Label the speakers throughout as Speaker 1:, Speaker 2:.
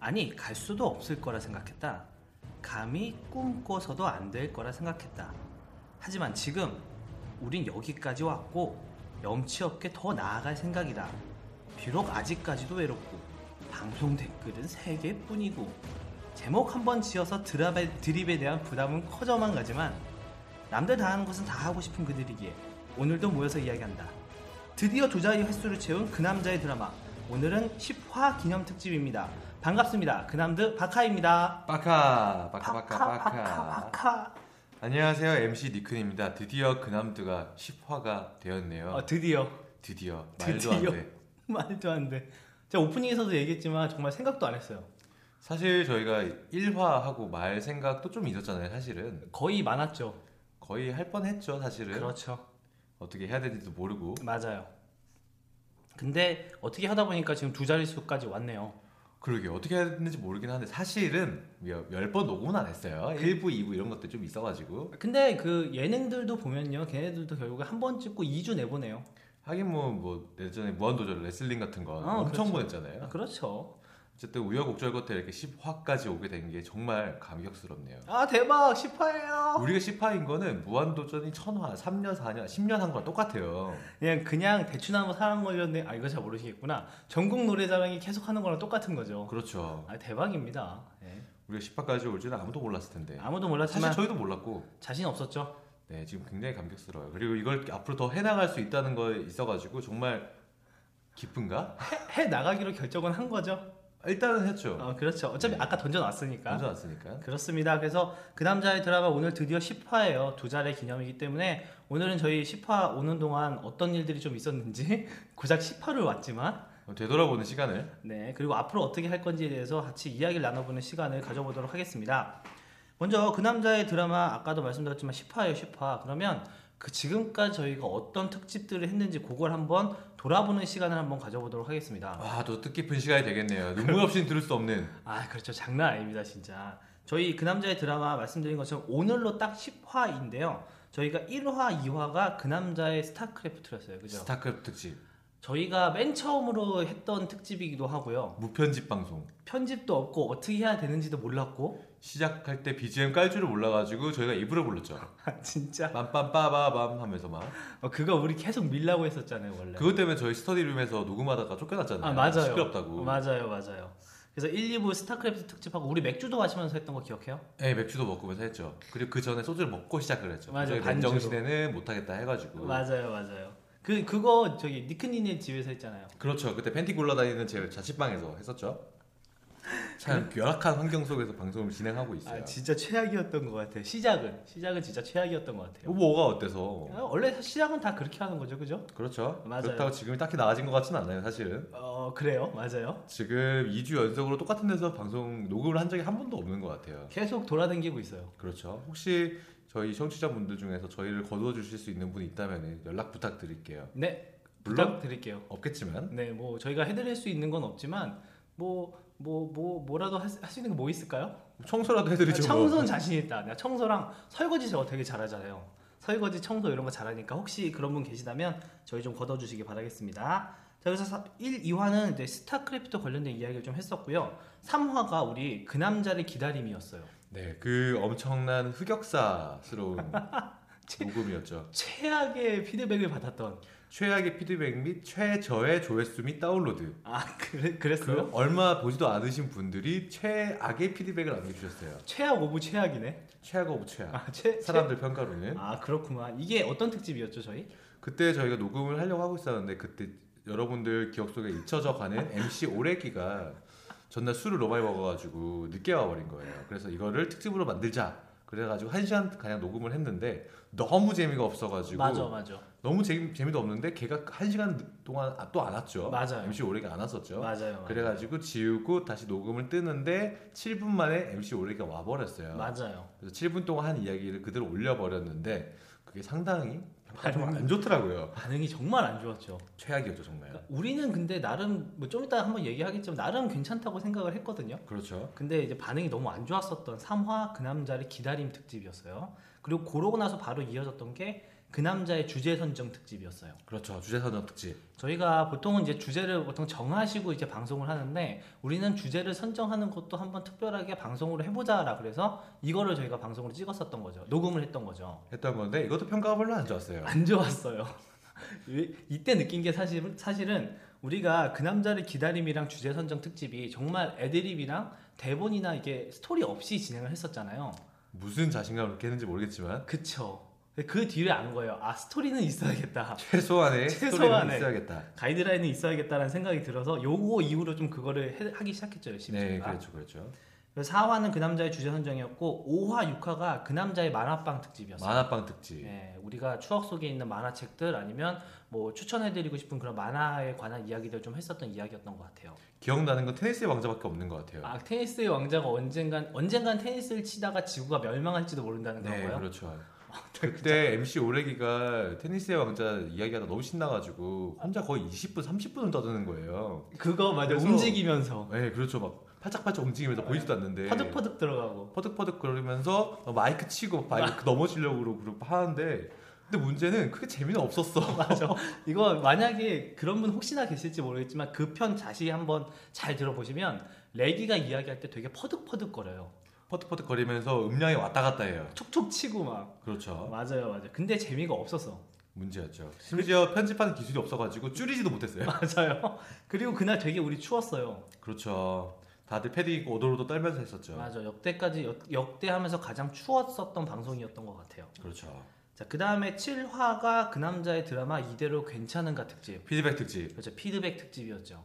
Speaker 1: 아니, 갈 수도 없을 거라 생각했다. 감히 꿈꿔서도 안 될 거라 생각했다. 하지만 지금 우린 여기까지 왔고 염치 없게 더 나아갈 생각이다. 비록 아직까지도 외롭고 방송 댓글은 3개 뿐이고 제목 한 번 지어서 드랍에, 드립에 대한 부담은 커져만 가지만 남들 다 하는 것은 다 하고 싶은 그들이기에 오늘도 모여서 이야기한다. 드디어 조자의 횟수를 채운 그 남자의 드라마 오늘은 10화 기념 특집입니다. 반갑습니다. 그 남드 바카입니다.
Speaker 2: 빠카 빠카 빠카
Speaker 1: 바카 바카
Speaker 2: 빠카.
Speaker 1: 바카.
Speaker 2: 안녕하세요 MC 니큰입니다. 드디어 그남드가 10화가 되었네요.
Speaker 1: 어, 드디어
Speaker 2: 드디어 말도
Speaker 1: 드디어.
Speaker 2: 안 돼.
Speaker 1: 말도 안 돼. 제가 오프닝에서도 얘기했지만 정말 생각도 안 했어요.
Speaker 2: 사실 저희가 1화하고 말 생각도 좀 있었잖아요. 사실은
Speaker 1: 거의 많았죠.
Speaker 2: 거의 할 뻔했죠. 사실은
Speaker 1: 그렇죠.
Speaker 2: 어떻게 해야 되는지도 모르고
Speaker 1: 맞아요. 근데 어떻게 하다 보니까 지금 두 자릿수까지 왔네요.
Speaker 2: 그러게 어떻게 해야 되는지 모르긴 하는데 사실은 몇번 녹음은 안 했어요.
Speaker 1: 그
Speaker 2: 1부, 2부 이런 것들 좀 있어가지고
Speaker 1: 근데 그 예능들도 보면요. 걔네들도 결국에 한 번 찍고 2주 내보내요.
Speaker 2: 하긴 뭐, 뭐 예전에 무한도전 레슬링 같은 건
Speaker 1: 어,
Speaker 2: 엄청
Speaker 1: 그렇죠.
Speaker 2: 보냈잖아요.
Speaker 1: 아, 그렇죠.
Speaker 2: 어쨌든 우여곡절 끝에 이렇게 10화까지 오게 된 게 정말 감격스럽네요.
Speaker 1: 아 대박 10화예요.
Speaker 2: 우리가 10화인 거는 무한도전이 1000화, 3년, 4년, 10년 한 거랑 똑같아요.
Speaker 1: 그냥 그냥 대추나무 사랑 걸렸네. 아 이거 잘 모르시겠구나. 전국 노래자랑이 계속 하는 거랑 똑같은 거죠.
Speaker 2: 그렇죠.
Speaker 1: 아 대박입니다. 예.
Speaker 2: 우리가 10화까지 올 줄은 아무도 몰랐을 텐데.
Speaker 1: 아무도
Speaker 2: 네. 사실
Speaker 1: 몰랐지만
Speaker 2: 저희도 몰랐고.
Speaker 1: 자신 없었죠.
Speaker 2: 네, 지금 굉장히 감격스러워요. 그리고 이걸 앞으로 더 해나갈 수 있다는 거에 있어가지고 정말 기쁜가?
Speaker 1: 해, 해 나가기로 결정은 한 거죠.
Speaker 2: 일단은 했죠.
Speaker 1: 어, 그렇죠. 어차피
Speaker 2: 네.
Speaker 1: 아까 그러니까? 던져놨으니까.
Speaker 2: 먼저 왔으니까.
Speaker 1: 그렇습니다. 그래서 그 남자의 드라마 오늘 드디어 10화예요. 두 자리 기념이기 때문에 오늘은 저희 10화 오는 동안 어떤 일들이 좀 있었는지 고작 10화를 왔지만
Speaker 2: 되돌아보는 시간을.
Speaker 1: 네 그리고 앞으로 어떻게 할 건지에 대해서 같이 이야기를 나눠보는 시간을 가져보도록 하겠습니다. 먼저 그 남자의 드라마 아까도 말씀드렸지만 10화예요 10화 그러면 그 지금까지 저희가 어떤 특집들을 했는지 그걸 한번 돌아보는 시간을 한번 가져보도록 하겠습니다
Speaker 2: 와, 또 뜻깊은 시간이 되겠네요. 눈물 없이는 들을 수 없는.
Speaker 1: 아 그렇죠 장난 아닙니다 진짜 저희 그 남자의 드라마 말씀드린 것처럼 오늘로 딱 10화인데요 저희가 1화 2화가 그 남자의 스타크래프트였어요 그죠
Speaker 2: 스타크래프트 특집.
Speaker 1: 저희가 맨 처음으로 했던 특집이기도 하고요
Speaker 2: 무편집 방송.
Speaker 1: 편집도 없고 어떻게 해야 되는지도 몰랐고
Speaker 2: 시작할 때 BGM 깔 줄을 몰라가지고 저희가 입으로 불렀죠.
Speaker 1: 아, 진짜
Speaker 2: 빰빰빠바밤 하면서 막.
Speaker 1: 어, 그거 우리 계속 밀라고 했었잖아요 원래
Speaker 2: 그것 때문에 저희 스터디룸에서 녹음하다가 쫓겨났잖아요.
Speaker 1: 아 맞아요.
Speaker 2: 시끄럽다고.
Speaker 1: 맞아요, 맞아요. 그래서 1, 2부 스타크래프트 특집하고 우리 맥주도 마시면서 했던 거 기억해요?
Speaker 2: 네, 맥주도 먹으면서 했죠. 그리고 그 전에 소주를 먹고 시작을 했죠.
Speaker 1: 맞아요,
Speaker 2: 저희
Speaker 1: 반주로.
Speaker 2: 맨정신에는 못하겠다 해가지고.
Speaker 1: 맞아요, 맞아요. 그 그거 저기 니크니네 집에서 했잖아요.
Speaker 2: 그렇죠. 그때 팬티 굴러다니는 제 자취방에서 했었죠. 참 열악한 환경 속에서 방송을 진행하고 있어요.
Speaker 1: 그- 아 진짜 최악이었던 것 같아요. 시작은 시작은 진짜 최악이었던 것 같아요.
Speaker 2: 뭐가 어때서?
Speaker 1: 아, 원래 시작은 다 그렇게 하는 거죠, 그죠?
Speaker 2: 그렇죠.
Speaker 1: 맞아요.
Speaker 2: 그렇다고 지금이 딱히 나아진 것 같지는 않아요, 사실은.
Speaker 1: 어 그래요, 맞아요.
Speaker 2: 지금 2주 연속으로 똑같은 데서 방송 녹음을 한 적이 한 번도 없는 것 같아요.
Speaker 1: 계속 돌아다니고 있어요.
Speaker 2: 그렇죠. 혹시 저희 청취자분들 중에서 저희를 거두어 주실 수 있는 분이 있다면 연락 부탁드릴게요.
Speaker 1: 네,
Speaker 2: 물론-
Speaker 1: 부탁드릴게요.
Speaker 2: 없겠지만
Speaker 1: 네, 뭐 저희가 해드릴 수 있는 건 없지만 뭐 뭐 뭐 뭐라도 할 수 있는 게 뭐 있을까요?
Speaker 2: 청소라도 해드리죠.
Speaker 1: 그러니까 아, 청소는
Speaker 2: 뭐.
Speaker 1: 자신 있다. 내가 청소랑 설거지 저거 되게 잘하잖아요. 설거지, 청소 이런 거 잘하니까 혹시 그런 분 계시다면 저희 좀 걷어주시기 바라겠습니다. 자, 그래서 사- 1, 2화는 이제 스타크래프트 관련된 이야기를 좀 했었고요. 3화가 우리 그 남자를 기다림이었어요.
Speaker 2: 네, 그 엄청난 흑역사스러운 녹음이었죠.
Speaker 1: 최악의 피드백을 받았던
Speaker 2: 최악의 피드백 및 최저의 조회수 및 다운로드.
Speaker 1: 아 그래,
Speaker 2: 그
Speaker 1: 그랬어요?
Speaker 2: 얼마 보지도 않으신 분들이 최악의 피드백을 남겨주셨어요.
Speaker 1: 최악 오브 최악이네.
Speaker 2: 최악 오브 최악.
Speaker 1: 아, 최,
Speaker 2: 사람들 평가로는
Speaker 1: 최... 아 그렇구만. 이게 어떤 특집이었죠 저희?
Speaker 2: 그때 저희가 녹음을 하려고 하고 있었는데 그때 여러분들 기억 속에 잊혀져 가는 MC 오래기가 전날 술을 너무 많이 먹어가지고 늦게 와버린 거예요. 그래서 이거를 특집으로 만들자 그래가지고 한 시간 가량 녹음을 했는데 너무 재미가 없어가지고
Speaker 1: 맞아 맞아
Speaker 2: 너무 재미, 재미도 없는데 걔가 한 시간 동안 또 안 왔죠.
Speaker 1: 맞아요.
Speaker 2: MC 오래가 안 왔었죠.
Speaker 1: 맞아요
Speaker 2: 그래가지고 지우고 다시 녹음을 뜨는데 7분 만에 MC 오래가 와버렸어요.
Speaker 1: 맞아요
Speaker 2: 그래서 7분 동안 한 이야기를 그대로 올려버렸는데 그게 상당히 반응 안 좋더라고요.
Speaker 1: 반응이 정말 안 좋았죠
Speaker 2: 최악이었죠 정말.
Speaker 1: 그러니까 우리는 근데 나름 뭐 좀 이따 한번 얘기하겠지만 나름 괜찮다고 생각을 했거든요
Speaker 2: 그렇죠.
Speaker 1: 근데 이제 반응이 너무 안 좋았었던 3화 그 남자를 기다림 특집이었어요 그리고 그러고 나서 바로 이어졌던 게 그 남자의 주제 선정 특집이었어요
Speaker 2: 그렇죠. 주제 선정 특집.
Speaker 1: 저희가 보통은 이제 주제를 보통 정하시고 이제 방송을 하는데 우리는 주제를 선정하는 것도 한번 특별하게 방송으로 해보자라 그래서 이거를 저희가 방송으로 찍었었던 거죠. 녹음을 했던 거죠.
Speaker 2: 했던 건데 이것도 평가가 별로 안 좋았어요.
Speaker 1: 안 좋았어요. 이- 이때 느낀 게 사실, 사실은 우리가 그 남자를 기다림이랑 주제 선정 특집이 정말 애드립이랑 대본이나 이게 스토리 없이 진행을 했었잖아요.
Speaker 2: 무슨 자신감을 느꼈는지 모르겠지만
Speaker 1: 그쵸. 그 뒤를 안 거예요. 아, 스토리는 있어야겠다.
Speaker 2: 최소한의 스토리는
Speaker 1: 최소한의.
Speaker 2: 있어야겠다.
Speaker 1: 가이드라인은 있어야겠다라는 생각이 들어서 요거 이후로 좀 그거를 해- 하기 시작했죠 열심히
Speaker 2: 네,
Speaker 1: 저희가.
Speaker 2: 그렇죠, 그렇죠.
Speaker 1: 그래서 4화는 그 남자의 주제 선정이었고 5화, 6화가 그 남자의 만화방 특집이었어요.
Speaker 2: 만화방 특집.
Speaker 1: 네, 우리가 추억 속에 있는 만화책들 아니면 뭐 추천해드리고 싶은 그런 만화에 관한 이야기들 좀 했었던 이야기였던 것 같아요.
Speaker 2: 기억나는 건 테니스의 왕자밖에 없는 것 같아요.
Speaker 1: 아 테니스의 왕자가 언젠간 언젠간 테니스를 치다가 지구가 멸망할지도 모른다는
Speaker 2: 네,
Speaker 1: 거고요. 아,
Speaker 2: 그렇죠. 그때 MC 오레기가 테니스의 왕자 이야기하다 너무 신나가지고 혼자 거의 20분, 30분을 떠드는 거예요.
Speaker 1: 그거 맞아 요
Speaker 2: 그래서-
Speaker 1: 움직이면서
Speaker 2: 네, 그렇죠. 막 팔짝팔짝 움직이면서
Speaker 1: 네.
Speaker 2: 보이지도 않는데
Speaker 1: 퍼득퍼득 들어가고
Speaker 2: 퍼득퍼득 거리면서 어, 마이크 치고 마이크 넘어지려고 그러고 그러고 하는데 근데 문제는 크게 재미는 없었어.
Speaker 1: 맞아. 이거 만약에 그런 분 혹시나 계실지 모르겠지만 그 편 다시 한번 잘 들어보시면 레기가 이야기할 때 되게 퍼득퍼득 거려요.
Speaker 2: 퍼득퍼득 거리면서 음량이 왔다 갔다 해요.
Speaker 1: 툭툭 치고 막.
Speaker 2: 그렇죠.
Speaker 1: 맞아요, 맞아요. 근데 재미가 없었어.
Speaker 2: 문제였죠. 심지어 편집하는 기술이 없어가지고 줄이지도 못했어요.
Speaker 1: 맞아요. 그리고 그날 되게 우리 추웠어요.
Speaker 2: 그렇죠. 다들 패딩 입고 오돌오돌 떨면서 했었죠.
Speaker 1: 맞아. 역대까지 역, 역대 하면서 가장 추웠었던 방송이었던 것 같아요.
Speaker 2: 그렇죠.
Speaker 1: 자, 그 다음에 7화가 그 남자의 드라마 이대로 괜찮은가 특집.
Speaker 2: 피드백 특집.
Speaker 1: 그렇죠. 피드백 특집이었죠.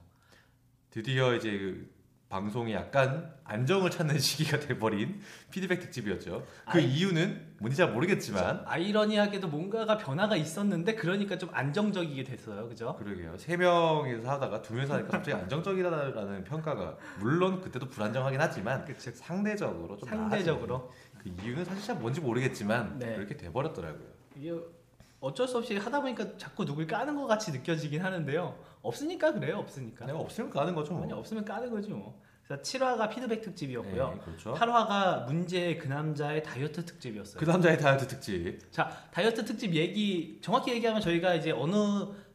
Speaker 2: 드디어 이제 그 방송이 약간 안정을 찾는 시기가 돼버린 피드백 특집이었죠. 그
Speaker 1: 아이.
Speaker 2: 이유는 뭔지 잘 모르겠지만
Speaker 1: 아이러니하게도 뭔가가 변화가 있었는데 그러니까 좀 안정적이게 됐어요. 그죠?
Speaker 2: 그러게요. 세 명이서 하다가 두 명이서 하니까 갑자기 안정적이다라는 평가가 물론 그때도 불안정하긴 하지만
Speaker 1: 그치.
Speaker 2: 상대적으로 좀
Speaker 1: 상대적으로
Speaker 2: 나아진 그 이유는 사실 잘 뭔지 모르겠지만
Speaker 1: 네.
Speaker 2: 그렇게 돼버렸더라고요.
Speaker 1: 이게 어쩔 수 없이 하다 보니까 자꾸 누굴 까는 것 같이 느껴지긴 하는데요. 없으니까 그래요. 없으니까.
Speaker 2: 내가 없으면 가는 거죠. 뭐.
Speaker 1: 아니 없으면 까는 거지 뭐. 자, 7화가 피드백 특집이었고요.
Speaker 2: 네, 그렇죠.
Speaker 1: 8화가 문제의 그 남자의 다이어트 특집이었어요.
Speaker 2: 그 남자의 다이어트 특집.
Speaker 1: 자, 다이어트 특집 얘기 정확히 얘기하면 저희가 이제 어느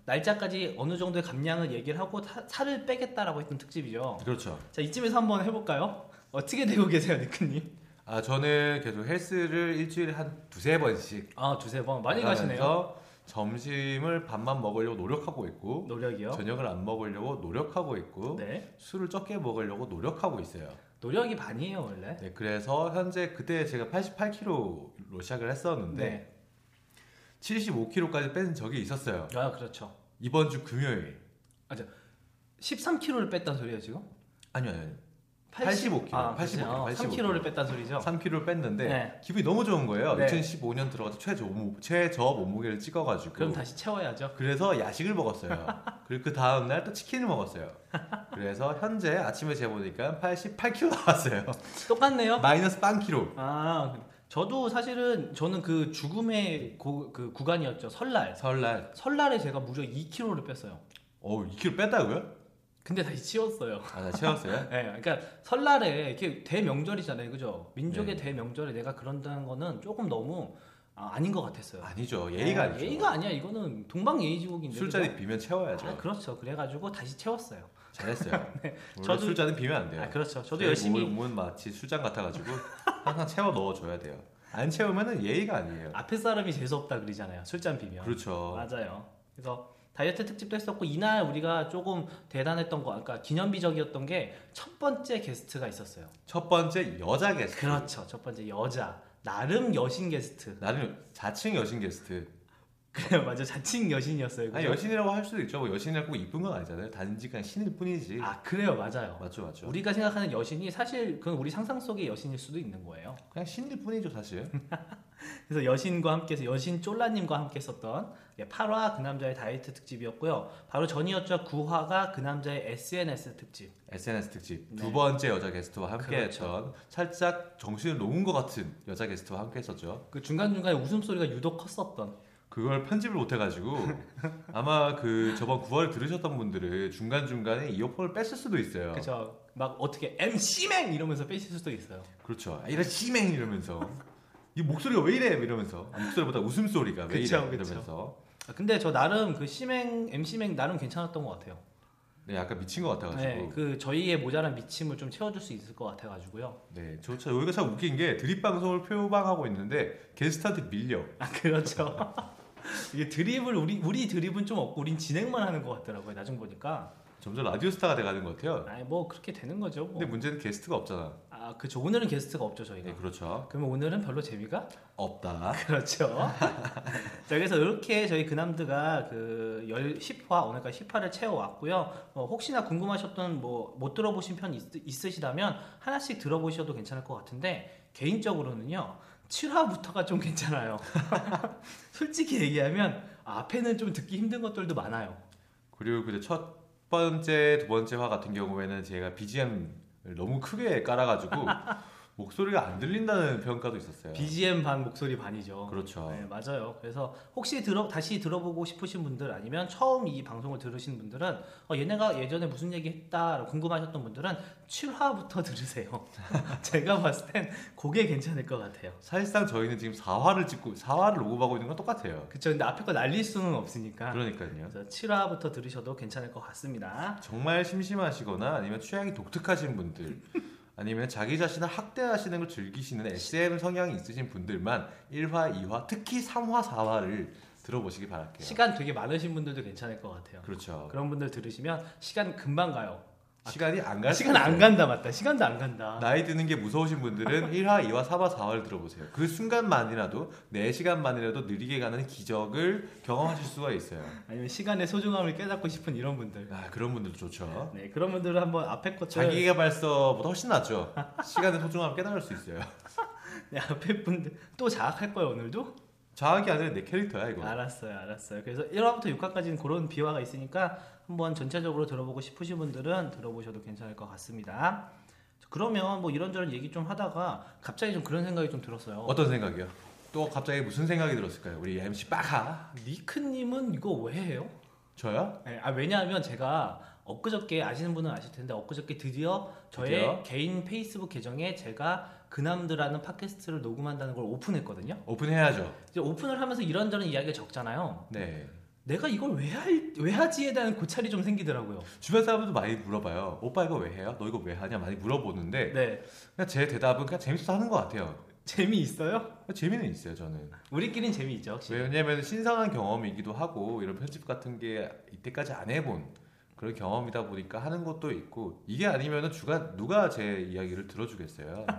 Speaker 1: 날짜까지 어느 정도의 감량을 얘기를 하고 타- 살을 빼겠다라고 했던 특집이죠.
Speaker 2: 그렇죠.
Speaker 1: 자, 이쯤에서 한번 해볼까요? 어떻게 되고 계세요, 니크님?
Speaker 2: 아 저는 계속 헬스를 일주일에 한 두세 번씩
Speaker 1: 아, 두세 번 많이 가시네요.
Speaker 2: 나가면서 점심을 밥만 먹으려고 노력하고 있고
Speaker 1: 노력이요.
Speaker 2: 저녁을 안 먹으려고 노력하고 있고
Speaker 1: 네,
Speaker 2: 술을 적게 먹으려고 노력하고 있어요.
Speaker 1: 노력이 반이에요 원래.
Speaker 2: 네, 그래서 현재 그때 제가 88kg로 시작을
Speaker 1: 네.
Speaker 2: 했었는데 75kg까지 뺀 적이 있었어요.
Speaker 1: 아, 그렇죠.
Speaker 2: 이번 주 금요일.
Speaker 1: 13kg를 뺐단 소리예요 지금?
Speaker 2: 아니요, 아니요.
Speaker 1: 80
Speaker 2: 85kg,
Speaker 1: 아,
Speaker 2: 85kg, 85kg.
Speaker 1: 3kg를 뺐단 소리죠.
Speaker 2: 3kg를 뺐는데
Speaker 1: 네.
Speaker 2: 기분이 너무 좋은 거예요.
Speaker 1: 네.
Speaker 2: 2015년 들어가서 최저, 몸- 최저 몸무게를 찍어가지고
Speaker 1: 그럼 다시 채워야죠.
Speaker 2: 그래서 야식을 먹었어요. 그리고 그 다음 날 또 치킨을 먹었어요. 그래서 현재 아침에 재보니까 88kg 나왔어요.
Speaker 1: 똑같네요.
Speaker 2: 마이너스 0kg.
Speaker 1: 아, 저도 사실은 저는 그 죽음의 고- 그 구간이었죠. 설날.
Speaker 2: 설날.
Speaker 1: 설날에 제가 무려 2kg를 뺐어요.
Speaker 2: 어, 2kg 뺐다고요?
Speaker 1: 근데 다시 치웠어요.
Speaker 2: 아, 나 채웠어요.
Speaker 1: 예, 그러니까 설날에 이렇게 대명절이잖아요, 그죠? 민족의
Speaker 2: 네.
Speaker 1: 대명절에 내가 그런다는 거는 조금 너무 아, 아닌 것 같았어요.
Speaker 2: 아니죠. 예의가
Speaker 1: 어,
Speaker 2: 아니죠.
Speaker 1: 예의가 아니야. 이거는 동방 예의지국인데.
Speaker 2: 술자리
Speaker 1: 그죠?
Speaker 2: 비면 채워야죠.
Speaker 1: 아, 그렇죠. 그래가지고 다시 채웠어요.
Speaker 2: 잘했어요. 원래
Speaker 1: 네. 저도-
Speaker 2: 술자리는 비면 안 돼요.
Speaker 1: 아, 그렇죠. 저도
Speaker 2: 예. 제
Speaker 1: 열심히
Speaker 2: 몸은, 몸은 마치 술잔 같아가지고 항상 채워 넣어줘야 돼요. 안 채우면 예의가 아니에요.
Speaker 1: 앞에 사람이 재수 없다 그러잖아요. 술잔 비면.
Speaker 2: 그렇죠.
Speaker 1: 맞아요. 그래서 다이어트 특집도 했었고 이날 우리가 조금 대단했던 거, 그러니까 기념비적이었던 게 첫 번째 게스트가 있었어요.
Speaker 2: 첫 번째 여자 게스트.
Speaker 1: 그렇죠. 첫 번째 여자 나름 여신 게스트.
Speaker 2: 나는 자칭 여신 게스트.
Speaker 1: 그래요, 맞아. 자칭 여신이었어요.
Speaker 2: 아니
Speaker 1: 네, 그죠?
Speaker 2: 여신이라고 할 수도 있죠. 뭐 여신이라고 꼭 이쁜 건 아니잖아요. 단지 그냥 신일 뿐이지.
Speaker 1: 아, 그래요, 맞아요.
Speaker 2: 맞죠, 맞죠.
Speaker 1: 우리가 생각하는 여신이 사실 그건 우리 상상 속의 여신일 수도 있는 거예요.
Speaker 2: 그냥 신일 뿐이죠, 사실.
Speaker 1: 그래서 여신과 함께해서 여신 쫄라님과 함께 썼던 8화 그 남자의 다이어트 특집이었고요. 바로 전이었죠. 9화가 그 남자의 SNS 특집.
Speaker 2: SNS 특집
Speaker 1: 네.
Speaker 2: 두 번째 여자 게스트와 함께했던
Speaker 1: 그렇죠.
Speaker 2: 살짝 정신을 놓은 것 같은 여자 게스트와 함께했었죠.
Speaker 1: 그 중간중간에 웃음소리가 유독 컸었던.
Speaker 2: 그걸 편집을 못해가지고 아마 그 저번 9월 들으셨던 분들은 중간 중간에 이어폰을 뺐을 수도 있어요.
Speaker 1: 그죠. 막 어떻게 MC맹! 이러면서 빼실 수도 있어요.
Speaker 2: 그렇죠. 아, 이런 씨맹 이러면서 이 목소리가 왜 이래 이러면서 아, 목소리보다 웃음소리가 왜
Speaker 1: 그쵸,
Speaker 2: 이래
Speaker 1: 그쵸.
Speaker 2: 이러면서
Speaker 1: 아, 근데 저 나름 그 씨맹, MC맹 나름 괜찮았던 것 같아요.
Speaker 2: 네, 약간 미친 것 같아가지고
Speaker 1: 네, 그 저희의 모자란 미침을 좀 채워줄 수 있을 것 같아가지고요.
Speaker 2: 네, 저참 여기가 참 웃긴 게 드립 방송을 표방하고 있는데 게스트한테 밀려.
Speaker 1: 아 그렇죠. 이게 드립을 우리 우리 드립은 좀 없고 우린 진행만 하는 것 같더라고요. 나중 보니까
Speaker 2: 점점 라디오 스타가 돼가는 것 같아요.
Speaker 1: 아니 뭐 그렇게 되는 거죠. 뭐.
Speaker 2: 네. 근데 문제는 게스트가 없잖아.
Speaker 1: 아 그죠. 오늘은 게스트가 없죠 저희가.
Speaker 2: 네, 그렇죠.
Speaker 1: 그러면 오늘은 별로 재미가
Speaker 2: 없다.
Speaker 1: 그렇죠. 자 그래서 이렇게 저희 그남드가 그 10화 오늘까지 10화를 채워왔고요. 어, 혹시나 궁금하셨던 뭐 못 들어보신 편 있, 으시다면 하나씩 들어보셔도 괜찮을 것 같은데 개인적으로는요 7화부터가 좀 괜찮아요. 솔직히 얘기하면 앞에는 좀 듣기 힘든 것들도 많아요.
Speaker 2: 그리고 근데 첫 번째, 두 번째 화 같은 경우에는 제가 BGM을 너무 크게 깔아가지고 목소리가 안 들린다는 평가도 있었어요.
Speaker 1: BGM 반 목소리 반이죠.
Speaker 2: 그렇죠.
Speaker 1: 네, 맞아요. 그래서 혹시 들어 다시 들어보고 싶으신 분들 아니면 처음 이 방송을 들으신 분들은 어, 얘네가 예전에 무슨 얘기 했다 궁금하셨던 분들은 7화부터 들으세요. 제가 봤을 땐 그게 괜찮을 것 같아요.
Speaker 2: 사실상 저희는 지금 4화를 찍고 4화를 녹음하고 있는 건 똑같아요.
Speaker 1: 그쵸 근데 앞에 거 날릴 수는 없으니까.
Speaker 2: 그러니까요.
Speaker 1: 그래서 7화부터 들으셔도 괜찮을 것 같습니다.
Speaker 2: 정말 심심하시거나 아니면 취향이 독특하신 분들 아니면 자기 자신을 학대하시는 걸 즐기시는 SM 성향이 있으신 분들만 1화, 2화, 특히 3화, 4화를 들어보시기 바랄게요.
Speaker 1: 시간 되게 많으신 분들도 괜찮을 것 같아요.
Speaker 2: 그렇죠.
Speaker 1: 그런 분들 들으시면 시간 금방 가요.
Speaker 2: 시간이 안 갈.
Speaker 1: 시간
Speaker 2: 수도
Speaker 1: 안
Speaker 2: 있어요.
Speaker 1: 간다 네. 맞다. 시간도 안 간다.
Speaker 2: 나이 드는 게 무서우신 분들은 1화, 2화, 4화, 4화를 들어보세요. 그 순간만이라도 4시간만이라도 느리게 가는 기적을 경험하실 수가 있어요.
Speaker 1: 아니면 시간의 소중함을 깨닫고 싶은 이런 분들.
Speaker 2: 아, 그런 분들도 좋죠.
Speaker 1: 네 그런 분들은 한번 앞에 것들
Speaker 2: 자기개발서보다 훨씬 낫죠. 시간의 소중함을 깨달을 수 있어요.
Speaker 1: 네, 앞에 분들 또 자학할 거예요 오늘도?
Speaker 2: 자학이 아니라 내 캐릭터야, 이거.
Speaker 1: 알았어요 알았어요 그래서 1화부터 6화까지는 그런 비화가 있으니까 한번 전체적으로 들어보고 싶으신 분들은 들어보셔도 괜찮을 것 같습니다 그러면 뭐 이런저런 얘기 좀 하다가 갑자기 좀 그런 생각이 좀 들었어요
Speaker 2: 어떤 생각이요? 또 갑자기 무슨 생각이 들었을까요? 우리 MC 빠카.
Speaker 1: 니크님은 이거 왜 해요?
Speaker 2: 저요?
Speaker 1: 네, 아 왜냐하면 제가 엊그저께 아시는 분은 아실 텐데 엊그저께 드디어 저의
Speaker 2: 드디어?
Speaker 1: 개인 페이스북 계정에 제가 그남드라는 팟캐스트를 녹음한다는 걸 오픈했거든요
Speaker 2: 오픈해야죠.
Speaker 1: 이제 오픈을 하면서 이런저런 이야기를 적잖아요
Speaker 2: 네.
Speaker 1: 내가 이걸 왜, 할, 왜 하지에 대한 고찰이 좀 생기더라고요.
Speaker 2: 주변 사람들도 많이 물어봐요. 오빠 이거 왜 해요? 너 이거 왜 하냐? 많이 물어보는데
Speaker 1: 네.
Speaker 2: 그냥 제 대답은 그냥 재밌어서 하는 것 같아요.
Speaker 1: 재미있어요?
Speaker 2: 재미는 있어요, 저는.
Speaker 1: 우리끼리는 재미있죠, 혹시?
Speaker 2: 왜냐면 신선한 경험이기도 하고 이런 편집 같은 게 이때까지 안 해본 그런 경험이다 보니까 하는 것도 있고 이게 아니면은 주가 누가 제 이야기를 들어주겠어요.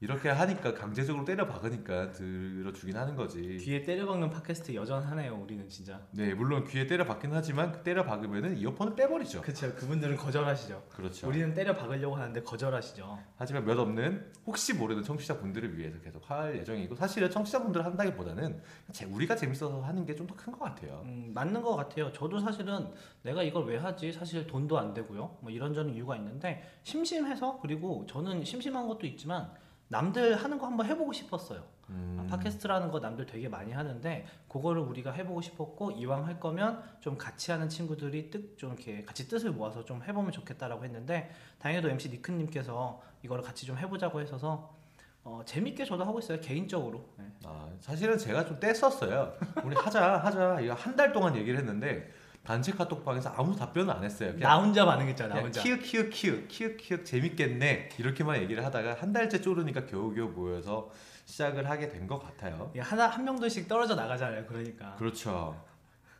Speaker 2: 이렇게 하니까 강제적으로 때려 박으니까 들어주긴 하는 거지.
Speaker 1: 귀에 때려박는 팟캐스트 여전하네요, 우리는 진짜.
Speaker 2: 네 물론 귀에 때려 박긴 하지만 그 때려 박으면은 이어폰을 빼버리죠.
Speaker 1: 그쵸, 그분들은 거절하시죠.
Speaker 2: 그렇죠.
Speaker 1: 우리는 때려박으려고 하는데 거절하시죠.
Speaker 2: 하지만 몇 없는 혹시 모르는 청취자분들을 위해서 계속 할 예정이고 사실은 청취자분들 한다기보다는 제- 우리가 재밌어서 하는 게 좀 더 큰 것 같아요.
Speaker 1: 음, 맞는 것 같아요. 저도 사실은 내가 이걸 왜 하지? 사실 돈도 안 되고요. 뭐 이런저런 이유가 있는데 심심해서 그리고 저는 심심한 것도 있지만 남들 하는 거 한번 해보고 싶었어요.
Speaker 2: 음.
Speaker 1: 아, 팟캐스트라는 거 남들 되게 많이 하는데 그거를 우리가 해보고 싶었고 이왕 할 거면 좀 같이 하는 친구들이 뜻 좀 이렇게 같이 뜻을 모아서 좀 해보면 좋겠다라고 했는데 다행히도 MC 니크님께서 이거를 같이 좀 해보자고 해서서 어, 재밌게 저도 하고 있어요 개인적으로 네.
Speaker 2: 아, 사실은 제가 좀 뗐었어요. 우리 하자, 하자. 이거 한 달 동안 얘기를 했는데 단체 카톡방에서 아무 답변을 안 했어요.
Speaker 1: 나
Speaker 2: 그냥,
Speaker 1: 혼자 반응했잖아 나
Speaker 2: 그냥
Speaker 1: 혼자
Speaker 2: 키읔 키읔 키읔 키읔 키읔 재밌겠네 이렇게만 얘기를 하다가 한 달째 쪼르니까 겨우겨우 모여서 시작을 하게 된 것 같아요.
Speaker 1: 예, 이게 하나 한 명도씩 떨어져 나가잖아요 그러니까
Speaker 2: 그렇죠.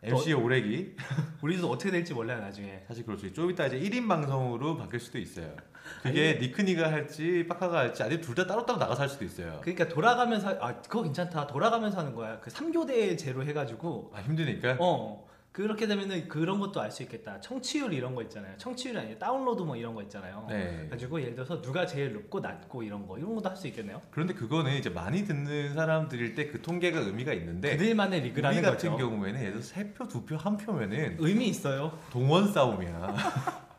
Speaker 2: MC의 오래기
Speaker 3: 우리도 어떻게 될지 몰라요 나중에.
Speaker 2: 사실 그럴 수 있죠. 좀 이따 이제 1인 방송으로 바뀔 수도 있어요. 그게 니크니가 할지 빠카가 할지 아니면 둘 다 따로따로 나가서 할 수도 있어요.
Speaker 1: 그러니까 돌아가면서 아 그거 괜찮다 돌아가면서 하는 거야 그 3교대제로 해가지고
Speaker 2: 아 힘드니까
Speaker 1: 어 그렇게 되면은 그런 것도 알 수 있겠다 청취율 이런 거 있잖아요 청취율이 아니라 다운로드 뭐 이런 거 있잖아요
Speaker 2: 네.
Speaker 1: 가지고 예를 들어서 누가 제일 높고 낮고 이런 거 이런 것도 할 수 있겠네요
Speaker 2: 그런데 그거는 이제 많이 듣는 사람들일 때 그 통계가 의미가 있는데
Speaker 1: 그들만의
Speaker 2: 우리
Speaker 1: 리그라는
Speaker 2: 같은
Speaker 1: 거죠
Speaker 2: 경우에는 예를 들어서 세 표, 두 표, 한 표면은
Speaker 1: 의미 있어요
Speaker 2: 동원 싸움이야.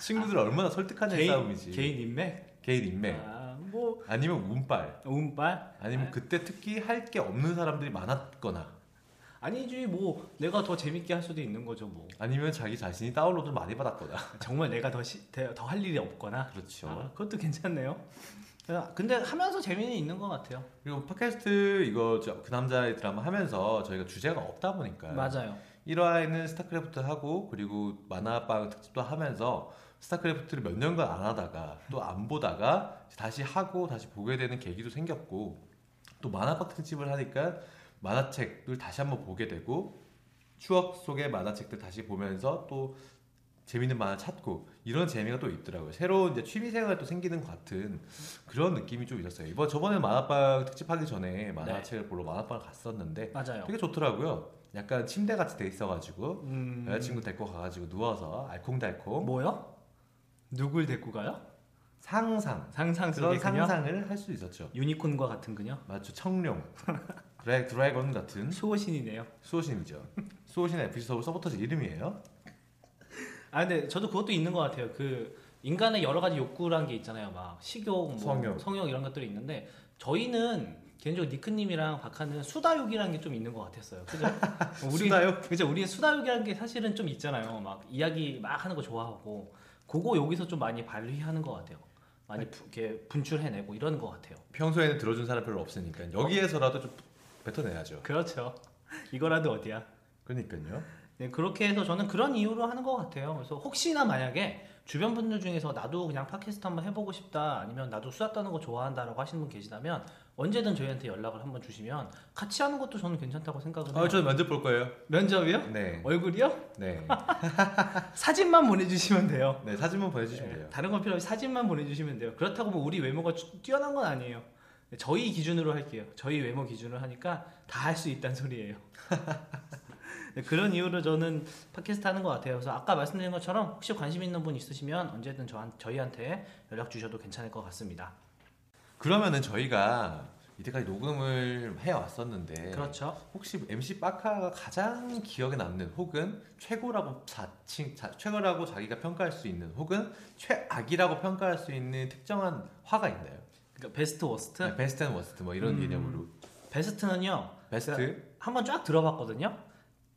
Speaker 2: 친구들 을 얼마나 설득하는 싸움이지. 네.
Speaker 1: 개인 인맥
Speaker 2: 개인 인맥.
Speaker 1: 아뭐
Speaker 2: 아니면 운빨.
Speaker 1: 운빨
Speaker 2: 아니면 그때 특히 할 게 없는 사람들이 많았거나
Speaker 1: 아니지 뭐 내가 더 재밌게 할 수도 있는 거죠 뭐
Speaker 2: 아니면 자기 자신이 다운로드를 많이 받았거나
Speaker 1: 정말 내가 더더할 일이 없거나
Speaker 2: 그렇죠.
Speaker 1: 아, 그것도 괜찮네요 아, 근데 하면서 재미는 있는 것 같아요
Speaker 2: 그리고 팟캐스트 이거 저, 그 남자의 드라마 하면서 저희가 주제가 없다 보니까
Speaker 1: 맞아요
Speaker 2: 1화에는 스타크래프트 하고 그리고 만화방 특집도 하면서 스타크래프트를 몇 년간 안 하다가 또 안 보다가 다시 하고 다시 보게 되는 계기도 생겼고 또 만화방 특집을 하니까 만화책을 다시 한번 보게 되고 추억 속의 만화책들 다시 보면서 또 재밌는 만화 찾고 이런 재미가 또 있더라고요. 새로운 이제 취미생활도 생기는 것 같은 그런 느낌이 좀 있었어요. 이번 저번에 만화방 특집하기 전에 만화책을 보러 만화방을 갔었는데
Speaker 1: 맞아요
Speaker 2: 되게 좋더라고요. 약간 침대 같이 돼 있어가지고
Speaker 1: 음...
Speaker 2: 여자친구 데리고 가가지고 누워서 알콩달콩
Speaker 1: 뭐요? 누굴 데리고 가요?
Speaker 2: 상상
Speaker 1: 상상
Speaker 2: 그런
Speaker 1: 속의 그녀?
Speaker 2: 상상을 할 수 있었죠.
Speaker 1: 유니콘과 같은 그녀?
Speaker 2: 맞죠 청룡 드래, 드래곤 같은
Speaker 1: 수호신이네요
Speaker 2: 수호신이죠. 수호신 FC 서울 서포터즈 이름이에요.
Speaker 1: 아 근데 저도 그것도 있는 것 같아요 그 인간의 여러 가지 욕구란 게 있잖아요 막 식욕, 뭐
Speaker 2: 성욕.
Speaker 1: 이런 것들이 있는데 저희는 개인적으로 니크님이랑 박하는 수다욕이라는 게 좀 있는 것 같았어요 그죠? 우리
Speaker 2: 수다요?
Speaker 1: 그죠 우리 수다욕이라는 게 사실은 좀 있잖아요 막 이야기 막 하는 거 좋아하고 그거 여기서 좀 많이 발휘하는 것 같아요 많이 부- 이렇게 분출해내고 이러는 것 같아요
Speaker 2: 평소에는 들어준 사람 별로 없으니까 여기에서라도 좀 뱉어내야죠.
Speaker 1: 그렇죠 이거라도 어디야
Speaker 2: 그러니까요.
Speaker 1: 네, 그렇게 해서 저는 그런 이유로 하는 것 같아요. 그래서 혹시나 만약에 주변 분들 중에서 나도 그냥 팟캐스트 한번 해보고 싶다 아니면 나도 수다 떠는 거 좋아한다라고 하시는 분 계시다면 언제든 저희한테 연락을 한번 주시면 같이 하는 것도 저는 괜찮다고 생각을 해요.
Speaker 2: 아, 저는 면접 볼 거예요.
Speaker 1: 면접이요?
Speaker 2: 네,
Speaker 1: 얼굴이요?
Speaker 2: 네,
Speaker 1: 사진만 보내주시면 돼요.
Speaker 2: 네 사진만 보내주시면 돼요.
Speaker 1: 다른 건 필요 없이 사진만 보내주시면 돼요. 그렇다고 뭐 우리 외모가 추- 뛰어난 건 아니에요. 저희 기준으로 할게요. 저희 외모 기준으로 하니까 다 할 수 있다는 소리예요. 네, 그런 이유로 저는 팟캐스트 하는 것 같아요. 그래서 아까 말씀드린 것처럼 혹시 관심 있는 분 있으시면 언제든 저한, 저희한테 연락 주셔도 괜찮을 것 같습니다.
Speaker 2: 그러면은 저희가 이때까지 녹음을 해 왔었는데
Speaker 1: 그렇죠.
Speaker 2: 혹시 MC 빠카가 가장 기억에 남는 혹은 최고라고 자칭 자- 최고라고 자기가 평가할 수 있는 혹은 최악이라고 평가할 수 있는 특정한 화가 있나요?
Speaker 1: 그러니까 베스트 워스트.
Speaker 2: 네, 베스트 앤 워스트 뭐 이런
Speaker 1: 음.
Speaker 2: 개념으로
Speaker 1: 베스트는요.
Speaker 2: 베스트
Speaker 1: 한번 쫙 들어봤거든요.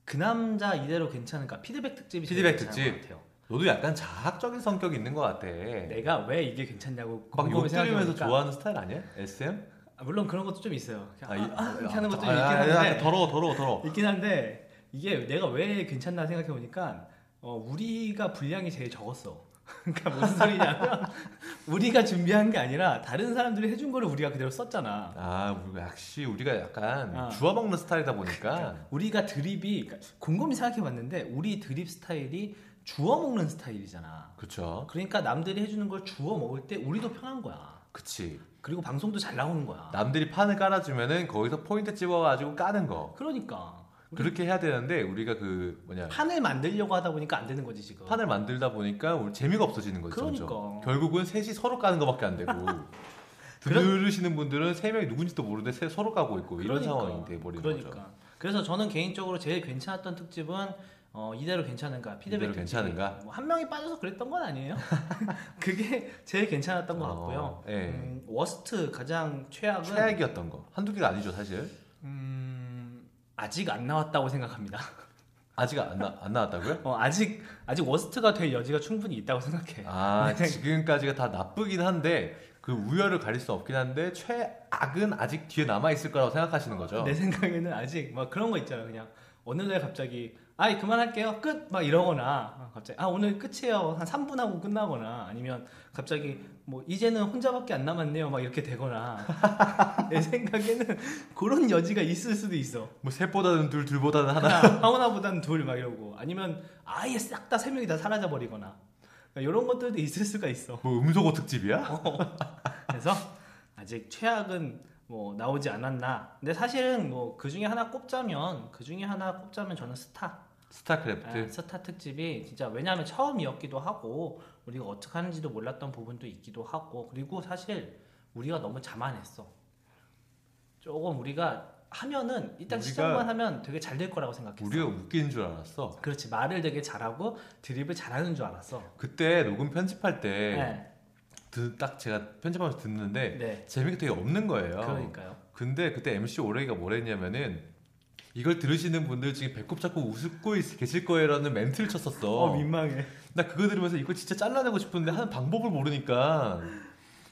Speaker 1: 그 남자 이대로 괜찮을까? 피드백 특집이 제일
Speaker 2: 피드백
Speaker 1: 괜찮은
Speaker 2: 특집.
Speaker 1: 것 같아요.
Speaker 2: 너도 약간 자학적인 성격이 있는 것 같아.
Speaker 1: 내가 왜 이게 괜찮냐고
Speaker 2: 네. 막
Speaker 1: 곰곰이
Speaker 2: 욕 들으면서
Speaker 1: 네. 생각해보니까
Speaker 2: 좋아하는 스타일 아니야? SM?
Speaker 1: 아, 물론 그런 것도 좀 있어요. 아,
Speaker 2: 이-
Speaker 1: 아, 이렇게 하는 것도
Speaker 2: 아,
Speaker 1: 있긴
Speaker 2: 아, 아,
Speaker 1: 한데 음.
Speaker 2: 더러워 더러워 더러워.
Speaker 1: 있긴 한데 이게 내가 왜 괜찮나 생각해 보니까 어, 우리가 분량이 제일 적었어. 그러니까 무슨 소리냐면 우리가 준비한 게 아니라 다른 사람들이 해준 거를 우리가 그대로 썼잖아.
Speaker 2: 아 우리가 역시 우리가 약간
Speaker 1: 아.
Speaker 2: 주워 먹는 스타일이다 보니까
Speaker 1: 우리가 드립이 그러니까 곰곰이 생각해 봤는데 우리 드립 스타일이 주워 먹는 스타일이잖아.
Speaker 2: 그렇죠.
Speaker 1: 그러니까 남들이 해주는 걸 주워 먹을 때 우리도 편한 거야.
Speaker 2: 그치.
Speaker 1: 그리고 방송도 잘 나오는 거야.
Speaker 2: 남들이 판을 깔아주면은 거기서 포인트 집어가지고 까는 거.
Speaker 1: 그러니까
Speaker 2: 그렇게 해야 되는데 우리가 그 뭐냐
Speaker 1: 판을 만들려고 하다 보니까 안 되는 거지 지금.
Speaker 2: 판을 만들다 보니까 우리 재미가 없어지는 거죠.
Speaker 1: 그러니까.
Speaker 2: 점점. 결국은 셋이 서로 까는 것밖에 안 되고 들으시는 분들은 세 명이 누군지도 모르는데 세- 서로 까고 있고 뭐 이런 상황이 돼버리는
Speaker 1: 그러니까.
Speaker 2: 거죠.
Speaker 1: 그래서 저는 개인적으로 제일 괜찮았던 특집은 어, 이대로 괜찮은가 피드백
Speaker 2: 이대로
Speaker 1: 특집이.
Speaker 2: 괜찮은가?
Speaker 1: 뭐한 명이 빠져서 그랬던 건 아니에요. 그게 제일 괜찮았던 것
Speaker 2: 어,
Speaker 1: 같고요.
Speaker 2: 예.
Speaker 1: 음, 워스트 가장 최악은
Speaker 2: 최악이었던 거 한두 개가 아니죠 사실.
Speaker 1: 음, 아직 안 나왔다고 생각합니다.
Speaker 2: 아직 안, 나, 안 나왔다고요?
Speaker 1: 어, 아직 아직 워스트가 될 여지가 충분히 있다고 생각해.
Speaker 2: 아
Speaker 1: 네.
Speaker 2: 지금까지가 다 나쁘긴 한데 그 우열을 가릴 수 없긴 한데 최악은 아직 어.
Speaker 1: 네,
Speaker 2: 뒤에 남아 있을 거라고 생각하시는 거죠.
Speaker 1: 내 생각에는 아직 막 그런 거 있잖아 그냥 어느 날 갑자기 아이 그만할게요 끝 막 이러거나 아, 갑자기 아 오늘 끝이에요 한 3분 하고 끝나거나 아니면 갑자기 뭐 이제는 혼자밖에 안 남았네요 막 이렇게 되거나 내 생각에는 그런 여지가 있을 수도 있어
Speaker 2: 뭐 셋보다는 둘, 둘보다는 하나.
Speaker 1: 하나 하나보단 둘 막 이러고 아니면 아예 싹 다 세 명이 다 사라져 버리거나 그러니까 이런 것들도 있을 수가 있어
Speaker 2: 뭐 음소거 특집이야?
Speaker 1: 어? 그래서 아직 최악은 뭐 나오지 않았나 근데 사실은 뭐 그 중에 하나 꼽자면 그 중에 하나 꼽자면 저는 스타 아,
Speaker 2: 스타크래프트.
Speaker 1: 스타 특집이 진짜 왜냐하면 처음이었기도 하고 우리가 어떻게 하는지도 몰랐던 부분도 있기도 하고 그리고 사실 우리가 너무 자만했어. 조금 우리가 하면은 일단
Speaker 2: 우리가-
Speaker 1: 시작만 하면 되게 잘 될 거라고 생각했어.
Speaker 2: 우리가 웃긴 줄 알았어.
Speaker 1: 그렇지 말을 되게 잘하고 드립을 잘하는 줄 알았어.
Speaker 2: 그때 녹음 편집할 때
Speaker 1: 네,
Speaker 2: 듣- 딱 제가 편집하면서 듣는데
Speaker 1: 네.
Speaker 2: 재미가 되게 없는 거예요.
Speaker 1: 그러니까요.
Speaker 2: 근데 그때 MC 오레이가 뭐랬냐면은 이걸 들으시는 분들 지금 배꼽 잡고 웃고 있- 계실 거예요라는 멘트를 쳤었어.
Speaker 1: 민망해.
Speaker 2: 나 그거 들으면서 이거 진짜 잘라내고 싶은데 하는 방법을 모르니까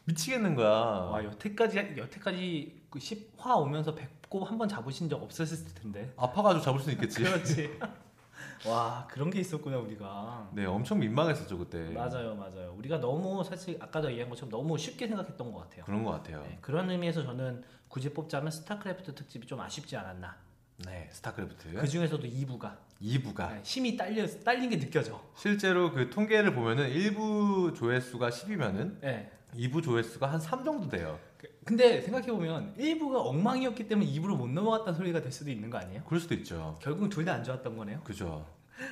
Speaker 2: 미치겠는 거야.
Speaker 1: 와 여태까지 여태까지 그 10화 오면서 배꼽 한번 잡으신 적 없었을 텐데.
Speaker 2: 아파가지고 잡을 수는 있겠지.
Speaker 1: 그렇지. 와 그런 게 있었구나 우리가.
Speaker 2: 네, 엄청 민망했었죠 그때.
Speaker 1: 맞아요, 맞아요. 우리가 너무 사실 아까도 얘기한 것처럼 너무 쉽게 생각했던 것 같아요.
Speaker 2: 그런 것 같아요.
Speaker 1: 네, 그런 의미에서 저는 굳이 뽑자면 스타크래프트 특집이 좀 아쉽지 않았나.
Speaker 2: 네, 아. 스타크래프트
Speaker 1: 그 중에서도 2부가 네,
Speaker 2: 2부가
Speaker 1: 힘이 딸려 딸린 게 느껴져.
Speaker 2: 실제로 그 통계를 보면은 1부 조회수가 10이면은
Speaker 1: 네.
Speaker 2: 2부 조회수가 한 3 정도 돼요.
Speaker 1: 그- 근데 생각해 보면 1부가 엉망이었기 때문에 2부로 못 넘어갔다는 소리가 될 수도 있는 거 아니에요?
Speaker 2: 그럴 수도 있죠.
Speaker 1: 결국 둘 다 안 좋았던 거네요.
Speaker 2: 그죠.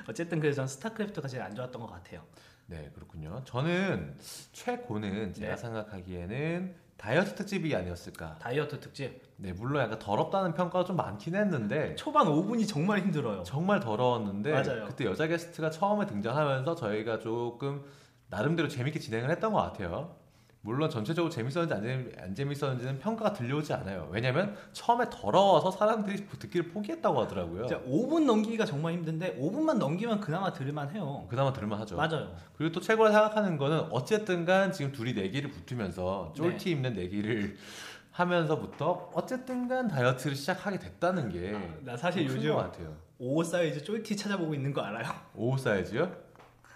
Speaker 1: 어쨌든 그래서 저는 스타크래프트가 제일 안 좋았던 것 같아요.
Speaker 2: 네, 그렇군요. 저는 최고는 제가
Speaker 1: 네.
Speaker 2: 생각하기에는 다이어트 특집이 아니었을까.
Speaker 1: 다이어트 특집
Speaker 2: 네, 물론 약간 더럽다는 평가가 좀 많긴 했는데
Speaker 1: 초반 5분이 정말 힘들어요.
Speaker 2: 정말 더러웠는데
Speaker 1: 맞아요.
Speaker 2: 그때 여자 게스트가 처음에 등장하면서 저희가 조금 나름대로 재밌게 진행을 했던 것 같아요. 물론 전체적으로 재밌었는지 안, 재미- 안 재밌었는지는 평가가 들려오지 않아요. 왜냐면 처음에 더러워서 사람들이 듣기를 포기했다고 하더라고요.
Speaker 1: 진짜 5분 넘기기가 정말 힘든데 5분만 넘기면 그나마 들을만 해요.
Speaker 2: 그나마 들을만 하죠.
Speaker 1: 맞아요.
Speaker 2: 그리고 또 최고라 생각하는 거는 어쨌든 간 지금 둘이 내기를 붙으면서
Speaker 1: 네.
Speaker 2: 쫄티 입는 내기를 하면서부터 어쨌든 간 다이어트를 시작하게 됐다는 게
Speaker 1: 아, 나 사실
Speaker 2: 예. 큰
Speaker 1: 요즘-
Speaker 2: 것 같아요.
Speaker 1: 5 사이즈 쫄티 찾아보고 있는 거 알아요?
Speaker 2: 5 사이즈요?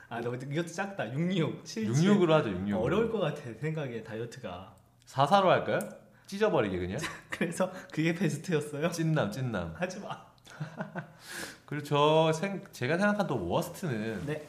Speaker 1: 아, 너 이것도 작다. 66, 77.
Speaker 2: 66으로 하죠. 66.
Speaker 1: 어려울 것 같아 생각에 다이어트가.
Speaker 2: 44로 할까요? 찢어버리게 그냥
Speaker 1: 그래서 그게 베스트였어요.
Speaker 2: 찐남 찐남
Speaker 1: 하지 마.
Speaker 2: 그리고 저 생, 제가 생각한 또 워스트는
Speaker 1: 네.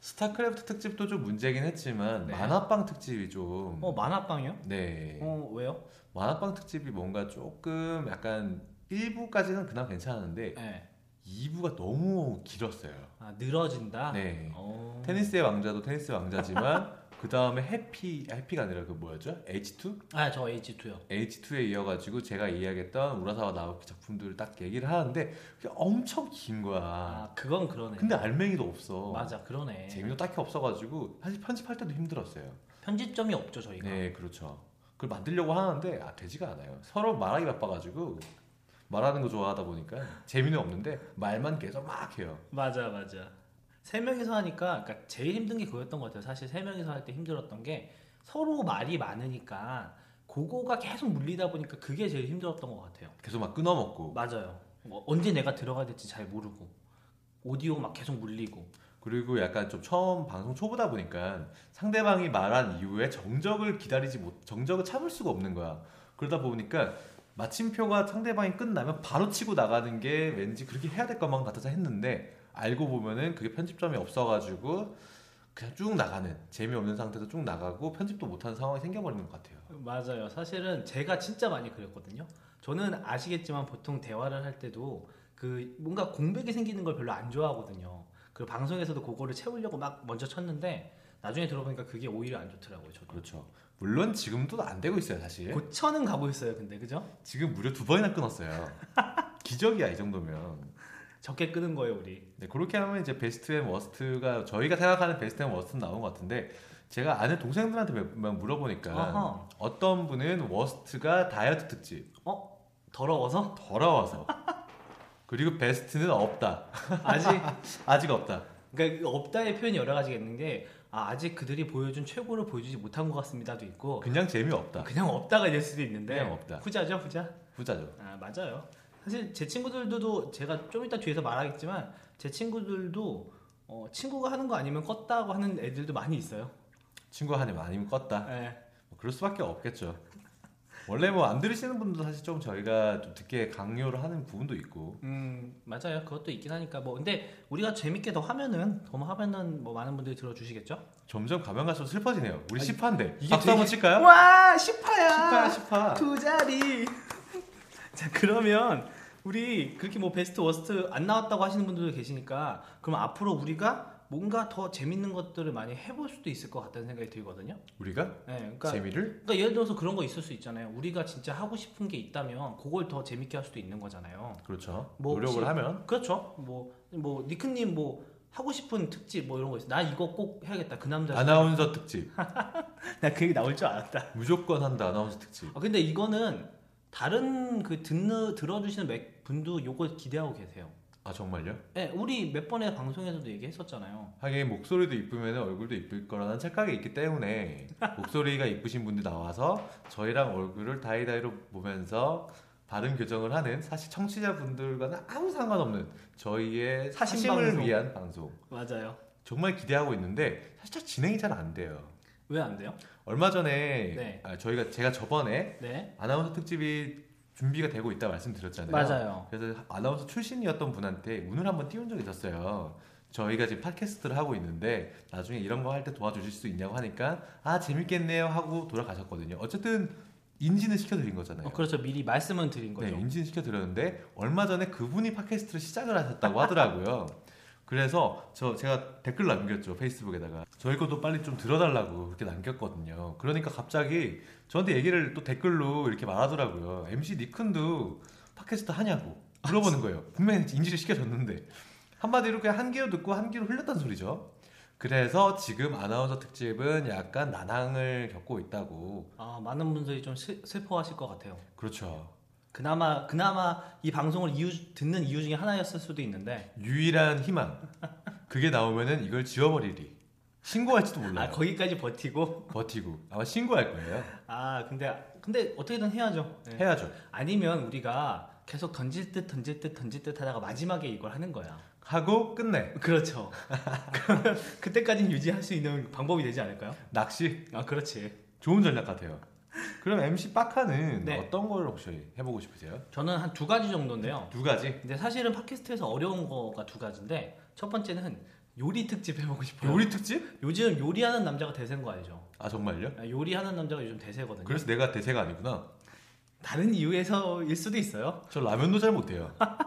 Speaker 2: 스타크래프트 특집도 좀 문제긴 했지만
Speaker 1: 네.
Speaker 2: 만화빵 특집이 좀
Speaker 1: 어 만화빵이요?
Speaker 2: 네.
Speaker 1: 어 왜요?
Speaker 2: 만화빵 특집이 뭔가 조금 약간 1부까지는 그나마 괜찮았는데
Speaker 1: 네.
Speaker 2: 2부가 너무 길었어요.
Speaker 1: 아 늘어진다.
Speaker 2: 네.
Speaker 1: 어.
Speaker 2: 테니스의 왕자도 테니스 왕자지만 그 다음에 해피 해피가 아니라 그 뭐였죠? H2?
Speaker 1: 아저 H2요.
Speaker 2: H2에 이어가지고 제가 이야기했던 우라사와 나오키 작품들을 딱 얘기를 하는데 그게 엄청 긴 거야.
Speaker 1: 아 그건 그러네.
Speaker 2: 근데 알맹이도 없어.
Speaker 1: 맞아 그러네.
Speaker 2: 재미도 딱히 없어가지고 사실 편집할 때도 힘들었어요.
Speaker 1: 편집점이 없죠 저희가.
Speaker 2: 네, 그렇죠. 그걸 만들려고 하는데 아, 되지가 않아요. 서로 말하기 바빠가지고 말하는 거 좋아하다 보니까 재미는 없는데 말만 계속 막 해요.
Speaker 1: 맞아 맞아. 세 명이서 하니까 그러니까 제일 힘든 게 그거였던 것 같아요. 사실 세 명이서 할 때 힘들었던 게 서로 말이 많으니까 그거가 계속 물리다 보니까 그게 제일 힘들었던 것 같아요.
Speaker 2: 계속 막 끊어먹고
Speaker 1: 맞아요. 뭐 언제 내가 들어가야 될지 잘 모르고 오디오 막 계속 물리고
Speaker 2: 그리고 약간 좀 처음 방송 초보다 보니까 상대방이 말한 이후에 정적을 기다리지 못 정적을 참을 수가 없는 거야. 그러다 보니까 마침표가 상대방이 끝나면 바로 치고 나가는 게 왠지 그렇게 해야 될 것만 같아서 했는데 알고 보면은 그게 편집점이 없어가지고 그냥 쭉 나가는 재미없는 상태에서 쭉 나가고 편집도 못하는 상황이 생겨버리는 것 같아요.
Speaker 1: 맞아요. 사실은 제가 진짜 많이 그랬거든요. 저는 아시겠지만 보통 대화를 할 때도 그 뭔가 공백이 생기는 걸 별로 안 좋아하거든요. 그리고 방송에서도 그거를 채우려고 막 먼저 쳤는데 나중에 들어보니까 그게 오히려 안 좋더라고요. 저도
Speaker 2: 그렇죠. 물론 지금도 안 되고 있어요 사실.
Speaker 1: 고쳐는 가고 있어요. 근데 그죠?
Speaker 2: 지금 무려 두 번이나 끊었어요. 기적이야 이 정도면.
Speaker 1: 적게 끄는 거예요, 우리.
Speaker 2: 네, 그렇게 하면 이제 베스트 앤 워스트가 저희가 생각하는 베스트 앤 워스트는 나온 것 같은데 제가 아는 동생들한테 몇 명 물어보니까
Speaker 1: 어허.
Speaker 2: 어떤 분은 워스트가 다이어트 특집
Speaker 1: 더러워서
Speaker 2: 더러워서 그리고 베스트는 없다
Speaker 1: 아직
Speaker 2: 아직 없다
Speaker 1: 그러니까 없다의 표현이 여러 가지가 있는 게 아, 아직 그들이 보여준 최고를 보여주지 못한 것 같습니다도 있고
Speaker 2: 그냥 재미없다
Speaker 1: 그냥 없다가 될 수도 있는데
Speaker 2: 그냥 없다.
Speaker 1: 후자죠 후자
Speaker 2: 부자죠
Speaker 1: 아 맞아요 사실 제 친구들도 제가 좀 이따 뒤에서 말하겠지만 제 친구들도 어, 친구가 하는 거 아니면 껐다고 하는 애들도 많이 있어요.
Speaker 2: 친구 한입 아니면 껐다.
Speaker 1: 예.
Speaker 2: 뭐 그럴 수밖에 없겠죠. 원래 뭐 안 들으시는 분도 사실 좀 저희가 좀 듣게 강요를 하는 부분도 있고
Speaker 1: 음 맞아요. 그것도 있긴 하니까 뭐 근데 우리가 재밌게 더 하면은 더 하면은 뭐 많은 분들이 들어주시겠죠?
Speaker 2: 점점 가면 갈수록 슬퍼지네요. 우리 10화인데
Speaker 1: 이게
Speaker 2: 박수 한번 칠까요?
Speaker 1: 와 시파야.
Speaker 2: 10화 10화
Speaker 1: 두 자리. 자 그러면 우리 그렇게 뭐 베스트 워스트 안 나왔다고 하시는 분들도 계시니까 그럼 앞으로 우리가 뭔가 더 재밌는 것들을 많이 해볼 수도 있을 것 같다는 생각이 들거든요.
Speaker 2: 우리가
Speaker 1: 네, 그러니까
Speaker 2: 재미를
Speaker 1: 그러니까 예를 들어서 그런 거 있을 수 있잖아요. 우리가 진짜 하고 싶은 게 있다면 그걸 더 재밌게 할 수도 있는 거잖아요.
Speaker 2: 그렇죠.
Speaker 1: 뭐
Speaker 2: 노력을
Speaker 1: 혹시-
Speaker 2: 하면
Speaker 1: 그렇죠. 뭐, 뭐 니크님 뭐 하고 싶은 특집 뭐 이런 거 있어. 나 이거 꼭 해야겠다. 그 남자.
Speaker 2: 아나운서 특집
Speaker 1: 나 그게 나올 줄 알았다.
Speaker 2: 무조건 한다 아나운서 특집
Speaker 1: 아, 근데 이거는 다른 그 듣는 들어주시는 몇 분도 요거 기대하고 계세요.
Speaker 2: 아 정말요?
Speaker 1: 예, 우리 몇 번의 방송에서도 얘기했었잖아요.
Speaker 2: 하긴 목소리도 이쁘면 얼굴도 이쁠 거라는 착각이 있기 때문에 목소리가 이쁘신 분들 나와서 저희랑 얼굴을 다이다이로 보면서 발음 교정을 하는 사실 청취자분들과는 아무 상관없는 저희의
Speaker 1: 사심
Speaker 2: 사심을
Speaker 1: 방송.
Speaker 2: 위한 방송
Speaker 1: 맞아요.
Speaker 2: 정말 기대하고 있는데 사실 잘 진행이 잘 안 돼요
Speaker 1: 왜 안 돼요?
Speaker 2: 얼마 전에
Speaker 1: 네.
Speaker 2: 아, 저희가 제가 저번에
Speaker 1: 네.
Speaker 2: 아나운서 특집이 준비가 되고 있다 말씀드렸잖아요
Speaker 1: 맞아요.
Speaker 2: 그래서 아나운서 출신이었던 분한테 운을 한번 띄운 적이 있었어요. 저희가 지금 팟캐스트를 하고 있는데 나중에 이런 거 할 때 도와주실 수 있냐고 하니까 아 재밌겠네요 하고 돌아가셨거든요. 어쨌든 인지는 시켜드린 거잖아요.
Speaker 1: 어, 그렇죠. 미리 말씀은 드린
Speaker 2: 네,
Speaker 1: 거죠.
Speaker 2: 인지는 시켜드렸는데 얼마 전에 그분이 팟캐스트를 시작을 하셨다고 하더라고요. 그래서 저 제가 댓글 남겼죠 페이스북에다가 저희 것도 빨리 좀 들어달라고 그렇게 남겼거든요. 그러니까 갑자기 저한테 얘기를 또 댓글로 이렇게 말하더라고요. MC 니큰도 팟캐스트 하냐고 물어보는 거예요. 분명히 인지를 시켜줬는데 한마디로 그냥 한 귀로 듣고 한 귀로 흘렸단 소리죠. 그래서 지금 아나운서 특집은 약간 난항을 겪고 있다고
Speaker 1: 아, 많은 분들이 좀 슬, 슬퍼하실 것 같아요.
Speaker 2: 그렇죠.
Speaker 1: 그나마 그나마 이 방송을 이유- 듣는 이유 중에 하나였을 수도 있는데
Speaker 2: 유일한 희망. 그게 나오면은 이걸 지워버리리. 신고할지도 몰라.
Speaker 1: 아
Speaker 2: 요
Speaker 1: 거기까지 버티고
Speaker 2: 버티고 아마 신고할 거예요.
Speaker 1: 아 근데 근데 어떻게든 해야죠. 네.
Speaker 2: 해야죠.
Speaker 1: 아니면 우리가 계속 던질 듯 던질 듯 던질 듯 하다가 마지막에 이걸 하는 거야.
Speaker 2: 하고 끝내.
Speaker 1: 그렇죠. 그러면 그때까지는 유지할 수 있는 방법이 되지 않을까요?
Speaker 2: 낚시
Speaker 1: 아 그렇지.
Speaker 2: 좋은 전략 같아요. 그럼 MC 빡카는
Speaker 1: 네.
Speaker 2: 어떤 걸 혹시 해보고 싶으세요?
Speaker 1: 저는 한 두 가지 정도인데요.
Speaker 2: 두 가지.
Speaker 1: 근데 사실은 팟캐스트에서 어려운 거가 두 가지인데 첫 번째는 요리 특집 해보고 싶어요.
Speaker 2: 요리 특집?
Speaker 1: 요즘 요리하는 남자가 대세인 거 알죠?
Speaker 2: 아 정말요?
Speaker 1: 요리하는 남자가 요즘 대세거든요.
Speaker 2: 그래서 내가 대세가 아니구나.
Speaker 1: 다른 이유에서일 수도 있어요.
Speaker 2: 저 라면도 잘 못해요.
Speaker 1: 아.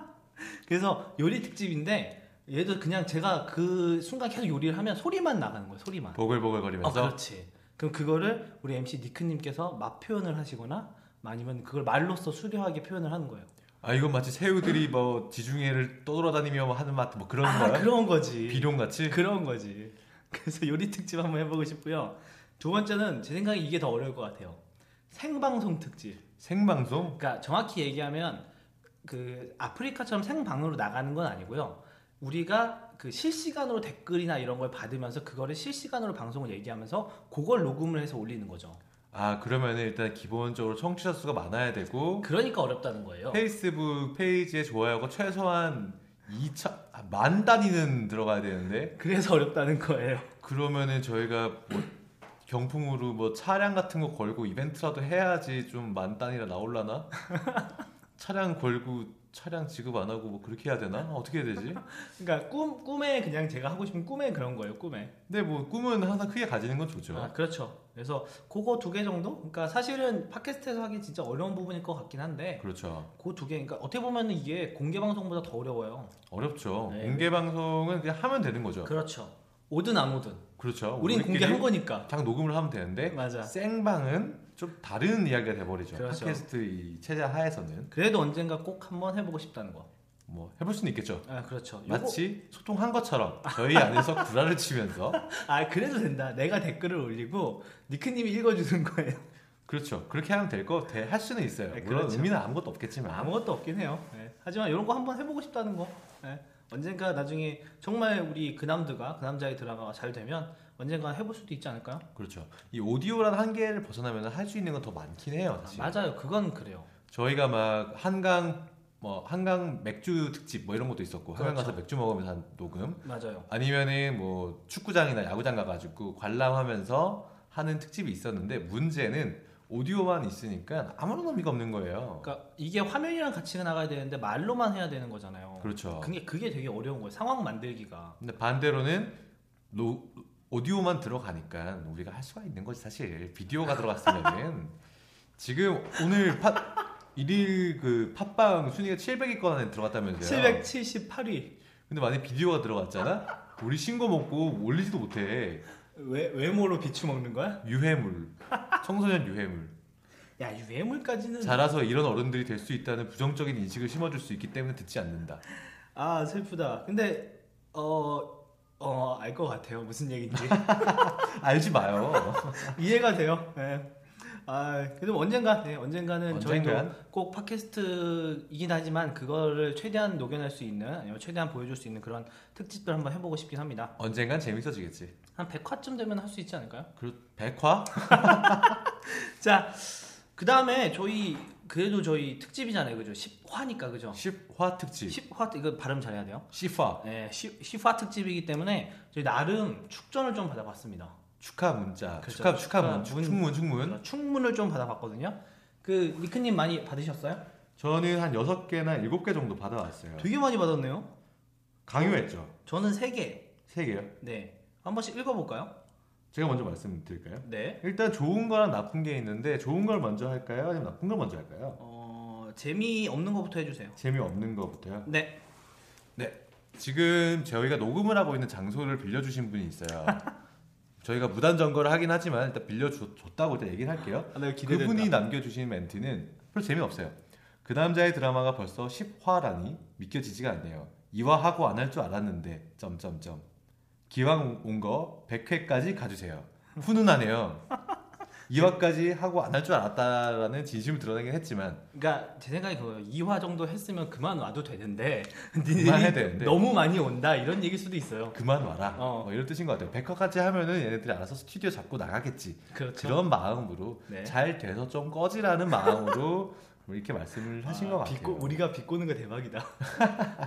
Speaker 1: 그래서 요리 특집인데 얘도 그냥 제가 그 순간 계속 요리를 하면 소리만 나가는 거예요. 소리만. 어,
Speaker 2: 보글보글거리면서
Speaker 1: 그렇지. 그럼 그거를 우리 MC 니크님께서 맛 표현을 하시거나 아니면 그걸 말로써 수려하게 표현을 하는 거예요.
Speaker 2: 아 이건 마치 새우들이 뭐 지중해를 떠돌아다니며 하는 맛 뭐 그런
Speaker 1: 아
Speaker 2: 거야?
Speaker 1: 그런 거지.
Speaker 2: 비룡같이?
Speaker 1: 그런 거지. 그래서 요리 특집 한번 해보고 싶고요. 두 번째는 제 생각에 이게 더 어려울 것 같아요. 생방송 특집.
Speaker 2: 생방송?
Speaker 1: 그러니까 정확히 얘기하면 그 아프리카처럼 생방으로 나가는 건 아니고요. 우리가 그 실시간으로 댓글이나 이런 걸 받으면서 그거를 실시간으로 방송을 얘기하면서 그걸 녹음을 해서 올리는 거죠.
Speaker 2: 아 그러면 일단 기본적으로 청취자 수가 많아야 되고
Speaker 1: 그러니까 어렵다는 거예요.
Speaker 2: 페이스북 페이지에 좋아요가 최소한 2천 아, 만 단위는 들어가야 되는데
Speaker 1: 그래서 어렵다는 거예요.
Speaker 2: 그러면은 저희가 뭐 경품으로 뭐 차량 같은 거 걸고 이벤트라도 해야지 좀 만 단위라 나올라나 차량 걸고 차량 지급 안 하고 뭐 그렇게 해야 되나 어떻게 해야 되지?
Speaker 1: 그러니까 꿈 꿈에 그냥 제가 하고 싶은 꿈에 그런 거예요. 꿈에.
Speaker 2: 근데 뭐 꿈은 항상 크게 가지는 건 좋죠.
Speaker 1: 아, 그렇죠. 그래서 그거 두 개 정도? 그러니까 사실은 팟캐스트에서 하기 진짜 어려운 부분일 것 같긴 한데
Speaker 2: 그렇죠.
Speaker 1: 그 두 개. 그러니까 어떻게 보면 이게 공개 방송보다 더 어려워요.
Speaker 2: 어렵죠.
Speaker 1: 네.
Speaker 2: 공개 방송은 그냥 하면 되는 거죠.
Speaker 1: 그렇죠. 오든 안 오든.
Speaker 2: 그렇죠.
Speaker 1: 우린
Speaker 2: 우리끼리
Speaker 1: 공개한 거니까.
Speaker 2: 그냥 녹음을 하면 되는데
Speaker 1: 맞아.
Speaker 2: 생방은 좀 다른 이야기가 돼버리죠.
Speaker 1: 그렇죠.
Speaker 2: 팟캐스트 이 체제 하에서는
Speaker 1: 그래도 언젠가 꼭 한번 해보고 싶다는 거.
Speaker 2: 뭐 해볼 수는 있겠죠.
Speaker 1: 아 그렇죠. 요거-
Speaker 2: 마치 소통한 것처럼 저희 안에서 구라를 치면서
Speaker 1: 아 그래도 된다. 내가 댓글을 올리고 니크님이 읽어주는 거예요.
Speaker 2: 그렇죠. 그렇게 하면 될거할 수는 있어요.
Speaker 1: 네,
Speaker 2: 물론
Speaker 1: 그렇죠.
Speaker 2: 의미는 아무것도 없겠지만
Speaker 1: 아무것도 없긴 해요. 네. 하지만 이런 거 한번 해보고 싶다는 거. 네. 언젠가 나중에 정말 우리 그 남드가 그 남자의 드라마가 잘 되면 언젠가 해볼 수도 있지 않을까요?
Speaker 2: 그렇죠. 이 오디오라는 한계를 벗어나면 할 수 있는 건 더 많긴 해요.
Speaker 1: 아,
Speaker 2: 사실
Speaker 1: 맞아요. 그건 그래요.
Speaker 2: 저희가 막 한강 뭐 한강 맥주 특집 뭐 이런 것도 있었고 한강 가서
Speaker 1: 그렇죠.
Speaker 2: 맥주 먹으면서 한 녹음
Speaker 1: 맞아요.
Speaker 2: 아니면은 뭐 축구장이나 야구장 가가지고 관람하면서 하는 특집이 있었는데 문제는 오디오만 있으니까 아무런 의미가 없는 거예요.
Speaker 1: 그러니까 이게 화면이랑 같이 나가야 되는데 말로만 해야 되는 거잖아요.
Speaker 2: 그렇죠.
Speaker 1: 그게 그게 되게 어려운 거예요. 상황 만들기가.
Speaker 2: 근데 반대로는 노- 오디오만 들어가니까 우리가 할 수가 있는 거지 사실 비디오가 들어갔으면은 지금 오늘 팟 일일 그 팟빵 순위가 700위권 안에 들어갔다면서요.
Speaker 1: 778위.
Speaker 2: 근데 만약에 비디오가 들어갔잖아? 우리 신고 먹고 올리지도 못해.
Speaker 1: 외 외모로 비추 먹는 거야?
Speaker 2: 유해물. 청소년 유해물.
Speaker 1: 야, 이 외물까지는
Speaker 2: 자라서 이런 어른들이 될 수 있다는 부정적인 인식을 심어줄 수 있기 때문에 듣지 않는다.
Speaker 1: 아, 슬프다. 근데 어 어, 알 것 같아요. 무슨 얘기인지.
Speaker 2: 알지 마요.
Speaker 1: 이해가 돼요. 예. 아, 그래도 언젠가, 네, 언젠가는
Speaker 2: 언젠간.
Speaker 1: 저희도 꼭 팟캐스트이긴 하지만 그거를 최대한 녹여낼 수 있는, 아니면 최대한 보여줄 수 있는 그런 특집들 한번 해보고 싶긴 합니다.
Speaker 2: 언젠간 재밌어지겠지.
Speaker 1: 한 100화쯤 되면 할 수 있지 않을까요?
Speaker 2: 그 백화?
Speaker 1: 자, 그 다음에 저희, 그래도 저희 특집이잖아요. 그죠? 10화니까, 그죠?
Speaker 2: 10화 특집.
Speaker 1: 10화, 이거 발음 잘해야 돼요.
Speaker 2: 10화.
Speaker 1: 네, 10, 화 특집이기 때문에 저희 나름 축전을 좀 받아봤습니다.
Speaker 2: 축하 문자.
Speaker 1: 그렇죠.
Speaker 2: 축하 축하 문.
Speaker 1: 축하 문.
Speaker 2: 축문 축문.
Speaker 1: 그래서 충문을 좀 받아봤거든요. 그, 니크님 많이 받으셨어요?
Speaker 2: 저는 한 6개나 7개 정도 받아왔어요.
Speaker 1: 되게 많이 받았네요.
Speaker 2: 강요했죠.
Speaker 1: 저는 세 개.
Speaker 2: 3개요.
Speaker 1: 네. 한 번씩 읽어볼까요?
Speaker 2: 제가 먼저 말씀드릴까요?
Speaker 1: 네.
Speaker 2: 일단 좋은 거랑 나쁜 게 있는데 좋은 걸 먼저 할까요? 아니면 나쁜 걸 먼저 할까요?
Speaker 1: 어, 재미없는 것부터 해주세요.
Speaker 2: 재미없는 거부터요.
Speaker 1: 네.
Speaker 2: 지금 저희가 녹음을 하고 있는 장소를 빌려주신 분이 있어요. 저희가 무단 점거를 하긴 하지만 일단 빌려줬다고 일단 얘기를 할게요.
Speaker 1: 아, 나
Speaker 2: 그분이 남겨주신 멘트는 별로 재미없어요. 그 남자의 드라마가 벌써 10화라니 믿겨지지가 않네요. 2화 하고 안 할 줄 알았는데 점점점 기왕 온 거 100회까지 가주세요. 훈훈하네요. 2화까지 하고 안 할 줄 알았다라는 진심을 드러내긴 했지만
Speaker 1: 그러니까 제 생각에 그 2화 정도 했으면 그만 와도 되는데
Speaker 2: 그만 해야 되는데.
Speaker 1: 너무 많이 온다 이런 얘기일 수도 있어요.
Speaker 2: 그만 와라
Speaker 1: 어.
Speaker 2: 뭐 이런 뜻인 것 같아요. 100화까지 하면은 얘네들이 알아서 스튜디오 잡고 나가겠지.
Speaker 1: 그렇죠.
Speaker 2: 그런 마음으로
Speaker 1: 네.
Speaker 2: 잘 돼서 좀 꺼지라는 마음으로 이렇게 말씀을 하신 것 같아요.
Speaker 1: 비꼬, 우리가 비꼬는 거 대박이다.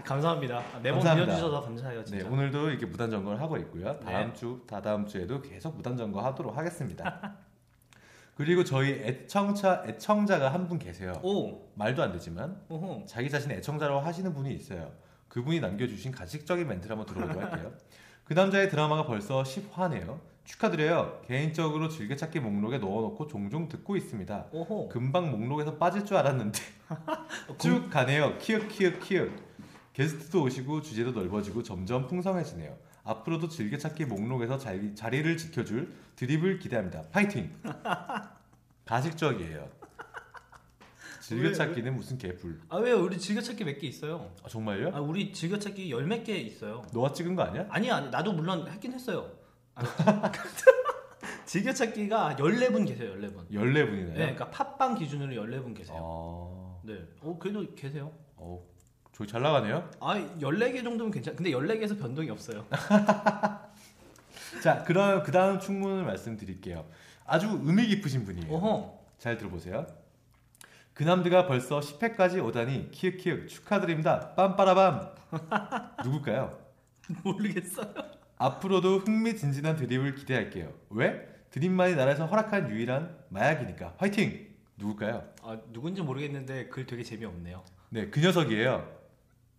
Speaker 1: 감사합니다. 아, 매번
Speaker 2: 감사합니다.
Speaker 1: 빌려주셔서
Speaker 2: 네,
Speaker 1: 감사해요. 진짜.
Speaker 2: 오늘도 이렇게 무단 점거를 하고 있고요. 다음
Speaker 1: 네.
Speaker 2: 주, 다다음 주에도 계속 무단 점거 하도록 하겠습니다. 그리고 저희 애청자 애청자가 한 분 계세요.
Speaker 1: 오,
Speaker 2: 말도 안 되지만
Speaker 1: 오호.
Speaker 2: 자기 자신 애청자라고 하시는 분이 있어요. 그분이 남겨주신 가식적인 멘트를 한번 들어보고 할게요. 그 남자의 드라마가 벌써 10화네요. 축하드려요. 개인적으로 즐겨찾기 목록에 넣어놓고 종종 듣고 있습니다.
Speaker 1: 오호.
Speaker 2: 금방 목록에서 빠질 줄 알았는데 쭉 가네요. 키읔 키읔 키읔. 게스트도 오시고 주제도 넓어지고 점점 풍성해지네요. 앞으로도 즐겨찾기 목록에서 자리, 자리를 지켜줄 드립을 기대합니다. 파이팅. 가식적이에요. 즐겨찾기는 무슨 개뿔.
Speaker 1: 아 왜요? 우리 즐겨찾기 몇 개 있어요.
Speaker 2: 아, 정말요?
Speaker 1: 아 우리 즐겨찾기 열 몇 개 있어요.
Speaker 2: 너가 찍은 거 아니야?
Speaker 1: 아니 아니 나도 물론 했긴 했어요. 아, 즐겨찾기가 14분 계세요. 14분.
Speaker 2: 14분이나요?
Speaker 1: 네, 그렇죠. 그러니까 팟빵 기준으로 14분 계세요.
Speaker 2: 아,
Speaker 1: 네. 어, 그래도 계세요.
Speaker 2: 어, 저희 잘 나가네요.
Speaker 1: 아, 14개 정도면 괜찮. 근데 14개에서 변동이 없어요.
Speaker 2: 자, 그럼 그 다음 충문을 말씀드릴게요. 아주 의미 깊으신 분이에요.
Speaker 1: 어허.
Speaker 2: 잘 들어보세요. 그남드가 벌써 10회까지 오다니 키읔키읔 축하드립니다. 빰빠라밤. 누굴까요?
Speaker 1: 모르겠어요.
Speaker 2: 앞으로도 흥미진진한 드립을 기대할게요. 왜? 드립만이 나라에서 허락한 유일한 마약이니까. 화이팅! 누굴까요?
Speaker 1: 아, 누군지 모르겠는데 글 되게 재미없네요.
Speaker 2: 네, 그 녀석이에요.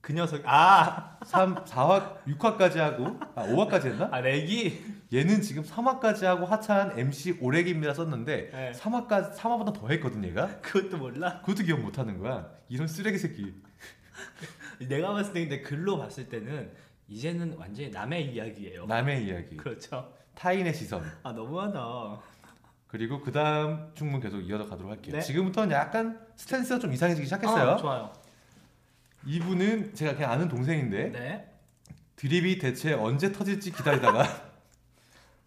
Speaker 1: 그 녀석 아,
Speaker 2: 3, 4화, 6화까지 하고 아, 5화까지 했나?
Speaker 1: 아 렉이
Speaker 2: 얘는 지금 3화까지 하고 하차한 MC 오렉입니다 썼는데
Speaker 1: 네.
Speaker 2: 3화까지 3화보다 더 했거든 얘가.
Speaker 1: 그것도 몰라.
Speaker 2: 그것도 기억 못 하는 거야. 이런 쓰레기 새끼.
Speaker 1: 내가 봤을 때 근데 글로 봤을 때는 이제는 완전히 남의 이야기예요.
Speaker 2: 남의 이야기.
Speaker 1: 그렇죠.
Speaker 2: 타인의 시선.
Speaker 1: 아, 너무하다.
Speaker 2: 그리고 그 다음 충문 계속 이어서 가도록 할게요.
Speaker 1: 네.
Speaker 2: 지금부터는 약간 스탠스가 좀 이상해지기 시작했어요.
Speaker 1: 아, 좋아요.
Speaker 2: 이분은 제가 그냥 아는 동생인데
Speaker 1: 네.
Speaker 2: 드립이 대체 언제 터질지 기다리다가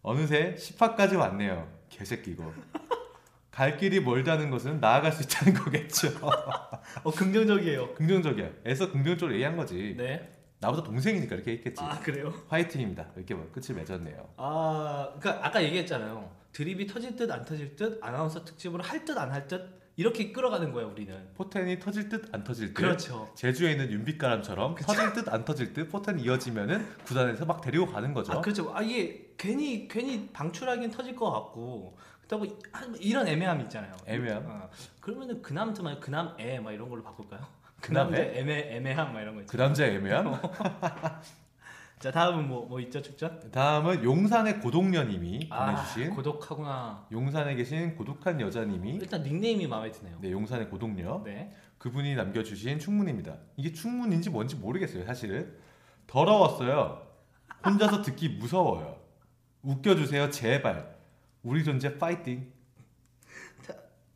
Speaker 2: 어느새 10화까지 왔네요. 개새끼 이거. 갈 길이 멀다는 것은 나아갈 수 있다는 거겠죠.
Speaker 1: 어, 긍정적이에요.
Speaker 2: 긍정적이야. 애써 긍정적으로 얘기한 거지.
Speaker 1: 네.
Speaker 2: 나보다 동생이니까 이렇게 했겠지.
Speaker 1: 아, 그래요.
Speaker 2: 화이팅입니다. 이렇게 뭐 끝을 맺었네요.
Speaker 1: 아, 그러니까 아까 얘기했잖아요. 드립이 터질 듯 안 터질 듯 아나운서 특집으로 할 듯 안 할 듯
Speaker 4: 이렇게 끌어가는 거야 우리는.
Speaker 2: 포텐이 터질 듯 안 터질 듯.
Speaker 4: 그렇죠.
Speaker 2: 제주에 있는 윤빛가람처럼 터질 듯 안 터질 듯 포텐 이어지면은 구단에서 막 데리고 가는 거죠.
Speaker 4: 아 그렇죠. 아 이게 괜히 괜히 방출하긴 터질 것 같고 그렇다고 이- 아, 이런 애매함이 있잖아요.
Speaker 2: 애매함?
Speaker 4: 어. 그러면은 그남트 말고 그남애 막 이런 걸로 바꿀까요?
Speaker 2: 그남애?
Speaker 4: 그남자 애매 애매함 막 이런 거 있죠.
Speaker 2: 그 남자 애매함.
Speaker 4: 어. 자 다음은 뭐 뭐 있죠 축전?
Speaker 2: 다음은 용산의 아, 고동녀님이 보내주신
Speaker 4: 아, 고독하구나.
Speaker 2: 용산에 계신 고독한 여자님이
Speaker 4: 일단 닉네임이 마음에 드네요.
Speaker 2: 네 용산의 고동녀
Speaker 4: 네.
Speaker 2: 그분이 남겨주신 충문입니다. 이게 충문인지 뭔지 모르겠어요 사실은 더러웠어요. 혼자서 듣기 무서워요. 웃겨주세요 제발. 우리 존재 파이팅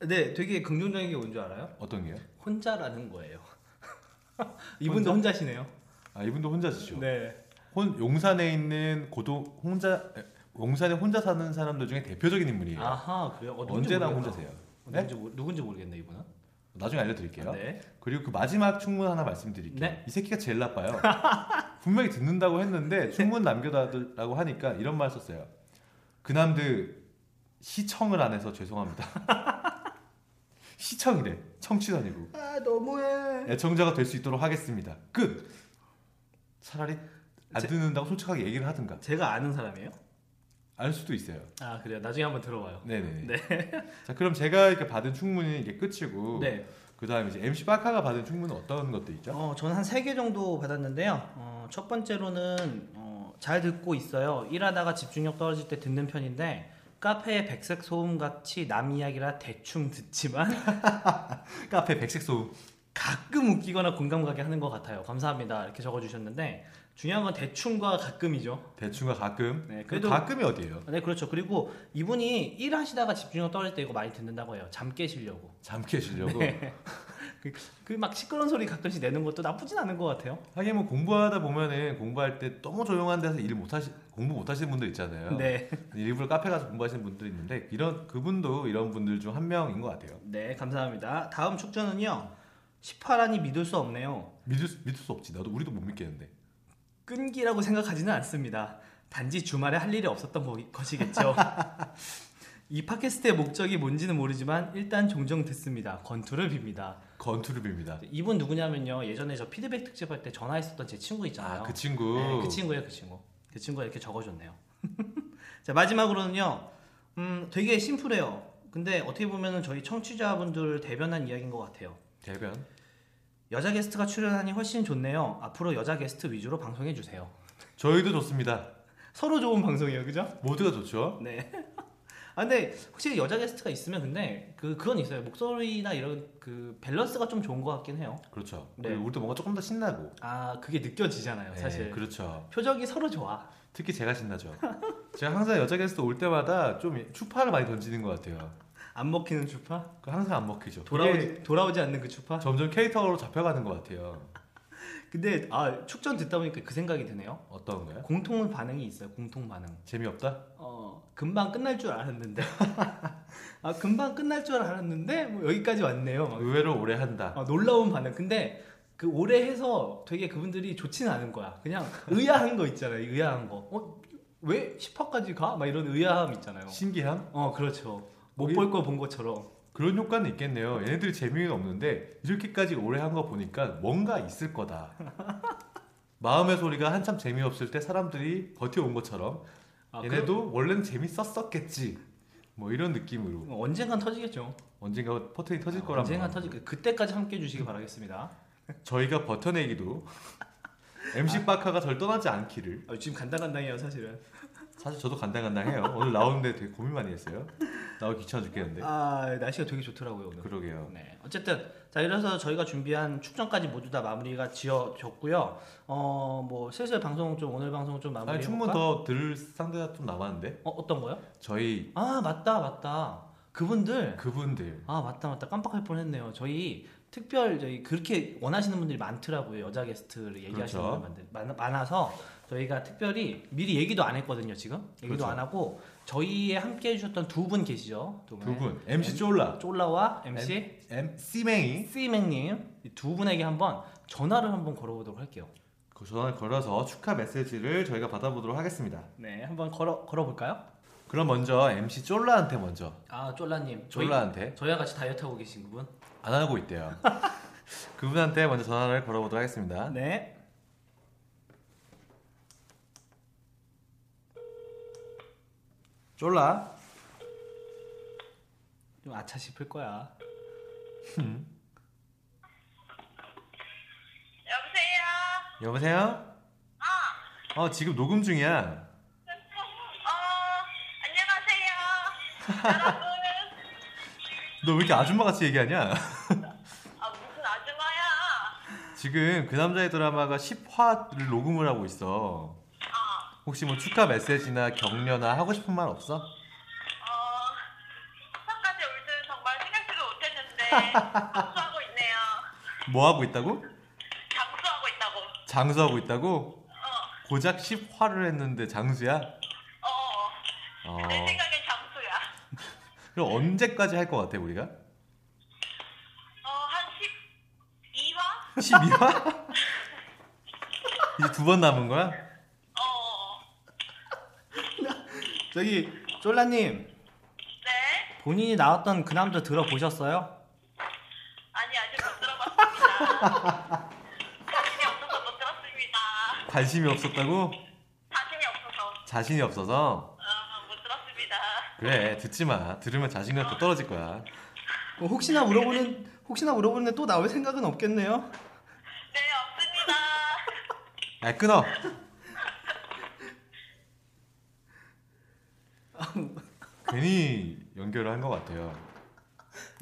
Speaker 4: 네, 되게 긍정적인 게 뭔 줄 알아요?
Speaker 2: 어떤 게요?
Speaker 4: 혼자라는 거예요. 이분도 혼자? 시네요
Speaker 2: 아 이분도 혼자시죠.
Speaker 4: 네.
Speaker 2: 혼 용산에 있는 고동 혼자 에, 용산에 혼자 사는 사람들 중에 대표적인 인물이에요.
Speaker 4: 아하 그래요. 어, 누군지
Speaker 2: 언제나
Speaker 4: 모르겠다.
Speaker 2: 혼자세요.
Speaker 4: 어,
Speaker 2: 네?
Speaker 4: 누군지, 모르- 누군지 모르겠네 이분은.
Speaker 2: 나중에 알려드릴게요.
Speaker 4: 네.
Speaker 2: 그리고 그 마지막 충문 하나 말씀드릴게요.
Speaker 4: 네.
Speaker 2: 이 새끼가 제일 나빠요. 분명히 듣는다고
Speaker 4: 네.
Speaker 2: 했는데 충문 남겨달라고 하니까 이런 말 썼어요. 그남들 시청을 안 해서 죄송합니다. 시청이래. 청취단이고.
Speaker 4: 아 너무해.
Speaker 2: 애청자가 될 수 있도록 하겠습니다. 끝. 차라리 안
Speaker 4: 제-
Speaker 2: 듣는다고 솔직하게 얘기를 하든가.
Speaker 4: 제가 아는 사람이에요?
Speaker 2: 알 수도 있어요.
Speaker 4: 아 그래요. 나중에 한번 들어봐요.
Speaker 2: 네네.
Speaker 4: 네.
Speaker 2: 자 그럼 제가 이렇게 받은 충문이 이게 끝이고
Speaker 4: 네.
Speaker 2: 그다음에 이제 MC 바카가 받은 충문은 어떤 것도 있죠?
Speaker 1: 어, 저는 한 세 개 정도 받았는데요. 어, 첫 번째로는 어, 잘 듣고 있어요. 일하다가 집중력 떨어질 때 듣는 편인데 카페의 백색 소음 같이 남 이야기라 대충 듣지만
Speaker 2: 카페 백색 소음.
Speaker 1: 가끔 웃기거나 공감 가게 하는 것 같아요. 감사합니다. 이렇게 적어주셨는데 중요한 건 대충과 가끔이죠.
Speaker 2: 대충과 가끔.
Speaker 1: 네,
Speaker 2: 그래도
Speaker 1: 그래도-
Speaker 2: 가끔이 어디예요?
Speaker 1: 네, 그렇죠. 그리고 이분이 일하시다가 집중력 떨어질 때 이거 많이 듣는다고 해요. 잠 깨시려고.
Speaker 2: 잠 깨시려고.
Speaker 1: 그 막 시끄러운 소리 가끔씩 내는 것도 나쁘진 않은 것 같아요.
Speaker 2: 하긴 뭐 공부하다 보면은 공부할 때 너무 조용한 데서 일 못하시 공부 못하시는 분들 있잖아요.
Speaker 1: 네.
Speaker 2: 일부러 카페 가서 공부하시는 분들 있는데 이런 그분도 이런 분들 중 한 명인 것 같아요.
Speaker 1: 네, 감사합니다. 다음 축전은요. 18안이 믿을 수 없네요.
Speaker 2: 믿을 수, 믿을 수 없지. 나도 우리도 못 믿겠는데.
Speaker 1: 끈기라고 생각하지는 않습니다. 단지 주말에 할 일이 없었던 거- 것이겠죠. 이 팟캐스트의 목적이 뭔지는 모르지만 일단 종종 듣습니다. 건투를 빕니다.
Speaker 2: 건투를 빕니다.
Speaker 1: 이분 누구냐면요. 예전에 저 피드백 특집 할 때 전화했었던 제 친구 있잖아요.
Speaker 2: 아그 친구.
Speaker 1: 네, 그 친구예요, 그 친구. 그 친구가 이렇게 적어줬네요. 자 마지막으로는요. 음, 되게 심플해요. 근데 어떻게 보면은 저희 청취자분들 대변한 이야기인 것 같아요.
Speaker 2: 대변.
Speaker 1: 여자 게스트가 출연하니 훨씬 좋네요. 앞으로 여자 게스트 위주로 방송해 주세요.
Speaker 2: 저희도 좋습니다.
Speaker 1: 서로 좋은 방송이에요, 그죠?
Speaker 2: 모두가 좋죠.
Speaker 1: 네. 아 근데 확실히 여자 게스트가 있으면 근데 그 그건 있어요. 목소리나 이런 그 밸런스가 좀 좋은 것 같긴 해요.
Speaker 2: 그렇죠.
Speaker 1: 네.
Speaker 2: 그리고 우리도 뭔가 조금 더 신나고.
Speaker 4: 아 그게 느껴지잖아요
Speaker 2: 네,
Speaker 4: 사실
Speaker 2: 그렇죠.
Speaker 1: 표정이 서로 좋아.
Speaker 2: 특히 제가 신나죠. 제가 항상 여자 게스트 올 때마다 좀 추파를 많이 던지는 것 같아요.
Speaker 4: 안 먹히는 주파
Speaker 2: 그 항상 안 먹히죠.
Speaker 4: 돌아오지
Speaker 2: 그게
Speaker 4: 돌아오지 않는 그 주파
Speaker 2: 점점 캐릭터로 잡혀가는 것 같아요.
Speaker 1: 근데 아 축전 듣다 보니까 그 생각이 드네요.
Speaker 2: 어떤 거요?
Speaker 1: 공통 반응이 있어요. 공통 반응.
Speaker 2: 재미없다?
Speaker 4: 어 금방 끝날 줄 알았는데 아 금방 끝날 줄 알았는데 뭐 여기까지 왔네요 막.
Speaker 2: 의외로 오래 한다.
Speaker 4: 아, 놀라운 반응 근데 그 오래 해서 되게 그분들이 좋지는 않은 거야 그냥 의아한 거 있잖아요 의아한 거어왜 10화까지 가? 막 이런 의아함 있잖아요
Speaker 2: 신기함?
Speaker 4: 어 그렇죠 못 볼 거 본 것처럼
Speaker 2: 그런 효과는 있겠네요. 얘네들이 재미는 없는데 이렇게까지 오래 한 거 보니까 뭔가 있을 거다. 마음의 소리가 한참 재미없을 때 사람들이 버텨온 것처럼
Speaker 4: 아,
Speaker 2: 얘네도 원래는 재밌었었겠지. 뭐 이런 느낌으로
Speaker 4: 그럼 언젠간 터지겠죠 아,
Speaker 2: 언젠가 포텐이
Speaker 1: 아,
Speaker 2: 터질 거란
Speaker 4: 언젠간
Speaker 2: 마음으로.
Speaker 4: 터질 거 그때까지 함께 해주시기 바라겠습니다
Speaker 2: 저희가 버텨내기도 MC 바카가 절 떠나지 않기를
Speaker 4: 아, 지금 간당간당해요 사실은
Speaker 2: 사실 저도 간당간당해요 오늘 나오는데 되게 고민 많이 했어요 나오기 귀찮아 죽겠는데
Speaker 4: 아 날씨가 되게 좋더라고요 오늘
Speaker 2: 그러게요
Speaker 1: 네. 어쨌든 자 이래서 저희가 준비한 축전까지 모두 다 마무리가 지어졌고요. 어 뭐 슬슬 방송 좀 오늘 방송 좀 마무리.
Speaker 2: 아니 충분 더 들을 상대가 좀 남았는데
Speaker 1: 어 어떤 거요?
Speaker 2: 저희
Speaker 1: 아 맞다 맞다. 그분들
Speaker 2: 그분들
Speaker 1: 아 맞다 맞다 깜빡할 뻔했네요. 저희 특별 저희 그렇게 원하시는 분들이 많더라고요. 여자 게스트를 얘기하시는
Speaker 2: 그렇죠.
Speaker 1: 분들 많, 많아서 저희가 특별히 미리 얘기도 안 했거든요. 지금 얘기도
Speaker 2: 그렇죠.
Speaker 1: 안 하고 저희에 함께 해주셨던 두 분 계시죠? 두 분.
Speaker 2: 두분 MC 쫄라
Speaker 1: 쫄라와 MC
Speaker 2: MC 맹이
Speaker 1: 씨맹님 이두 분에게 한번 전화를 한번 걸어보도록 할게요.
Speaker 2: 그 전화를 걸어서 축하 메시지를 저희가 받아보도록 하겠습니다
Speaker 1: 네, 한번 걸어 걸어볼까요?
Speaker 2: 그럼 먼저 MC 쫄라한테 먼저
Speaker 1: 아 쫄라님 저희
Speaker 2: 쫄라한테
Speaker 1: 저희와 같이 다이어트 하고 계신 그분
Speaker 2: 안 하고 있대요. 그분한테 먼저 전화를 걸어보도록 하겠습니다.
Speaker 1: 네
Speaker 2: 쫄라.
Speaker 1: 좀 아차 싶을 거야
Speaker 5: 여보세요?
Speaker 2: 여보세요? 어. 지금 녹음 중이야.
Speaker 5: 어, 안녕하세요. 여러분.
Speaker 2: 너 왜 이렇게 아줌마같이 얘기하냐?
Speaker 5: 아, 무슨 아줌마야?
Speaker 2: 지금 그 남자의 드라마가 10화를 녹음을 하고 있어.
Speaker 5: 어,
Speaker 2: 혹시 뭐 축하 메시지나 격려나 하고 싶은 말 없어?
Speaker 5: 어, 부산까지 올 줄은 정말 생각지도 못했는데, 장수하고 있네요.
Speaker 2: 뭐 하고 있다고?
Speaker 5: 장수하고 있다고.
Speaker 2: 장수하고 있다고?
Speaker 5: 어,
Speaker 2: 고작 10화를 했는데 장수야?
Speaker 5: 어,
Speaker 2: 어.
Speaker 5: 내 생각엔 장수야.
Speaker 2: 그럼 언제까지 할 것 같아 우리가?
Speaker 5: 어, 한 12화?
Speaker 2: 12화? 이제 두 번 남은 거야?
Speaker 5: 어,
Speaker 1: 저기 쫄라님
Speaker 5: 네?
Speaker 1: 본인이 나왔던 그 남자 들어보셨어요?
Speaker 5: 아니, 아직 못 들어봤습니다. 자신이 없어서 못 들었습니다.
Speaker 2: 관심이 없었다고?
Speaker 5: 자신이 없어서,
Speaker 2: 자신이 없어서?
Speaker 5: 어, 못 들었습니다.
Speaker 2: 그래 듣지 마 들으면 자신감 또 떨어질 거야
Speaker 1: 어, 혹시나 물어보는 혹시나 물어보는데 또 나올 생각은 없겠네요
Speaker 5: 네, 없습니다.
Speaker 2: 야 끊어 괜히 연결을 한 것 같아요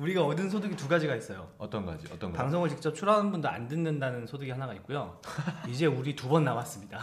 Speaker 1: 우리가 얻은 소득이 두 가지가 있어요
Speaker 2: 어떤 거지 어떤 거
Speaker 1: 방송을 직접 출연하는 분도 안 듣는다는 소득이 하나가 있고요 이제 우리 두 번 남았습니다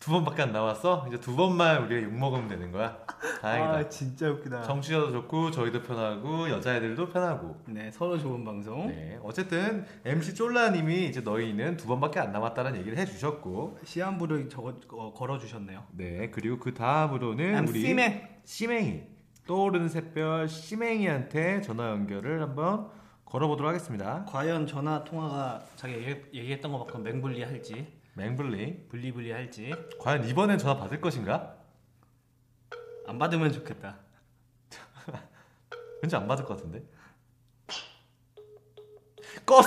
Speaker 2: 두 번밖에 안 남았어? 이제 두 번만 우리가 욕먹으면 되는 거야
Speaker 1: 아,
Speaker 2: 다행이다
Speaker 1: 진짜
Speaker 2: 아.
Speaker 1: 웃기다
Speaker 2: 정치자도 좋고 저희도 편하고 여자애들도 편하고
Speaker 1: 네 서로 좋은 방송
Speaker 2: 네 어쨌든 MC 쫄라님이 이제 너희는 두 번밖에 안 남았다는 얘기를 해주셨고
Speaker 1: 시한부를 저거 어, 걸어주셨네요
Speaker 2: 네 그리고 그
Speaker 1: 네,
Speaker 2: 다음으로는 우리
Speaker 1: 엠씨맨
Speaker 2: 심행이 떠오르는 샛별 심행이한테 전화 연결을 한번 걸어보도록 하겠습니다.
Speaker 1: 과연 전화 통화가 자기가 얘기- 얘기했던 것만큼 맹불리 할지
Speaker 2: 맹블링
Speaker 1: 불리불리 할지
Speaker 2: 과연 이번엔 전화 받을 것인가?
Speaker 1: 안 받으면 좋겠다
Speaker 2: 왠지 안 받을 것 같은데. 껐어.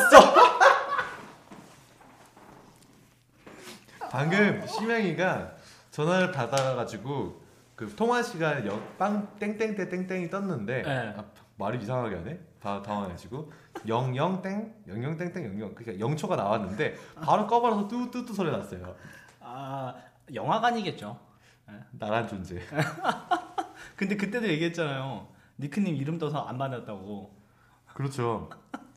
Speaker 2: 방금 심행이가 전화를 받아가지고 그 통화 시간 영빵 땡땡 때 땡땡이 떴는데
Speaker 1: 네.
Speaker 2: 아, 말을 이상하게 하네. 다 당황해가지고 영영 땡 영영 땡땡 영영 그러니까 영초가 나왔는데 바로 꺼버려서 뚜뚜뚜 소리 났어요.
Speaker 1: 아 영화관이겠죠
Speaker 2: 나란 존재.
Speaker 1: 근데 그때도 얘기했잖아요 니크님 이름 떠서 안 받았다고
Speaker 2: 그렇죠.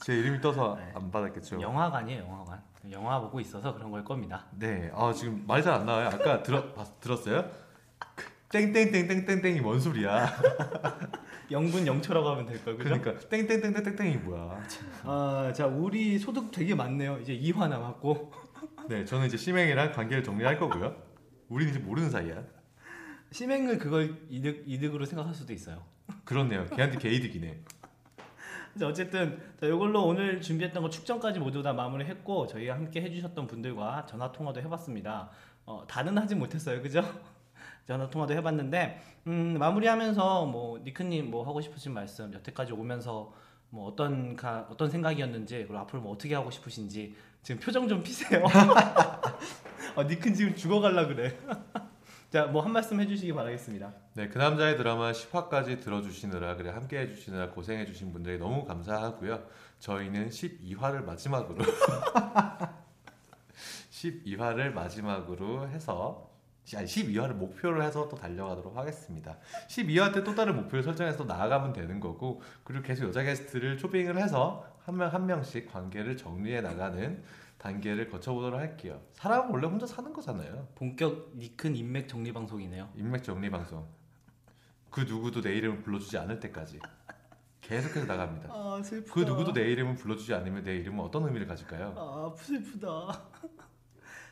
Speaker 2: 제 이름이 떠서 안 받았겠죠.
Speaker 1: 영화관이에요 영화관 영화 보고 있어서 그런 걸 겁니다
Speaker 2: 네, 아 지금 말이 잘 안 나와요. 아까 들어 봤- 들었어요? 그 땡땡땡땡땡땡이 뭔 소리야?
Speaker 1: 영분 영초라고 하면 될 걸 아, 그죠?
Speaker 2: 그러니까 땡땡땡땡땡땡이 뭐야? 참.
Speaker 1: 아, 자 우리 소득 되게 많네요 이제 2화 남았고
Speaker 2: 네, 저는 이제 심행이랑 관계를 정리할 거고요. 우리는 이제 모르는 사이야.
Speaker 1: 심행을 그걸 이득, 이득으로 생각할 수도 있어요
Speaker 2: 그렇네요. 걔한테 개이득이네.
Speaker 1: 자, 어쨌든 자, 이걸로 오늘 준비했던 거 축전까지 모두 다 마무리했고 저희와 함께 해주셨던 분들과 전화 통화도 해봤습니다. 어, 다는 하지 못했어요, 그죠? 전화 통화도 해봤는데 음, 마무리하면서 뭐 니크님 뭐 하고 싶으신 말씀 여태까지 오면서 뭐 어떤 가, 어떤 생각이었는지 그리고 앞으로 뭐 어떻게 하고 싶으신지 지금 표정 좀 피세요. 어, 니큰 지금 죽어갈라 그래. 자, 뭐 한 말씀 해주시기 바라겠습니다.
Speaker 2: 네, 그 남자의 드라마 10화까지 들어주시느라 그래 함께 해주시느라 고생해주신 분들이 너무 감사하고요. 저희는 12화를 마지막으로 12화를 마지막으로 해서 아니 12화를 목표로 해서 또 달려가도록 하겠습니다. 12화 때 또 다른 목표를 설정해서 나아가면 되는 거고 그리고 계속 여자 게스트를 초빙을 해서 한 명 한 명씩 관계를 정리해 나가는 단계를 거쳐보도록 할게요. 사람은 원래 혼자 사는 거잖아요.
Speaker 1: 본격 니큰 인맥 정리 방송이네요.
Speaker 2: 인맥 정리 방송. 그 누구도 내 이름을 불러주지 않을 때까지 계속해서 나갑니다.
Speaker 1: 아 슬프다.
Speaker 2: 그 누구도 내 이름을 불러주지 않으면 내 이름은 어떤 의미를 가질까요?
Speaker 1: 아 슬프다.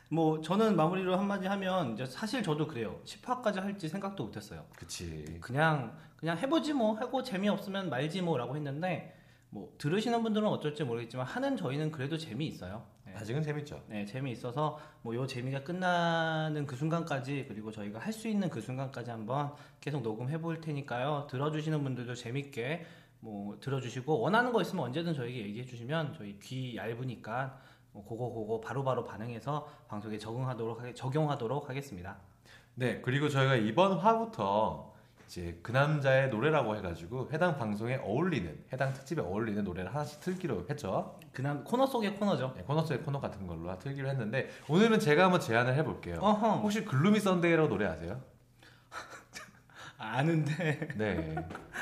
Speaker 1: 뭐 저는 마무리로 한마디 하면 이제 사실 저도 그래요. 10화까지 할지 생각도 못했어요.
Speaker 2: 그치.
Speaker 1: 그냥 그냥 해보지 뭐 하고 재미 없으면 말지 뭐라고 했는데 뭐 들으시는 분들은 어쩔지 모르겠지만 하는 저희는 그래도 재미 있어요. 네.
Speaker 2: 아직은 재밌죠.
Speaker 1: 네, 재미있어서 뭐 요 재미가 끝나는 그 순간까지 그리고 저희가 할 수 있는 그 순간까지 한번 계속 녹음해 볼 테니까요. 들어주시는 분들도 재밌게 뭐 들어주시고 원하는 거 있으면 언제든 저희에게 얘기해 주시면 저희 귀 얇으니까 뭐 그거 그거 바로바로 반응해서 방송에 적응하도록 하게 적용하도록 하겠습니다.
Speaker 2: 네, 그리고 저희가 이번 화부터 이제 그 남자의 노래라고 해가지고 해당 방송에 어울리는 해당 특집에 어울리는 노래를 하나씩 틀기로 했죠.
Speaker 1: 그냥 코너 속의 코너죠.
Speaker 2: 네, 코너 속의 코너 같은 걸로 틀기로 했는데 오늘은 제가 한번 제안을 해볼게요.
Speaker 1: 어허.
Speaker 2: 혹시 글루미 썬데이라고 노래 아세요?
Speaker 1: 아는데
Speaker 2: 네.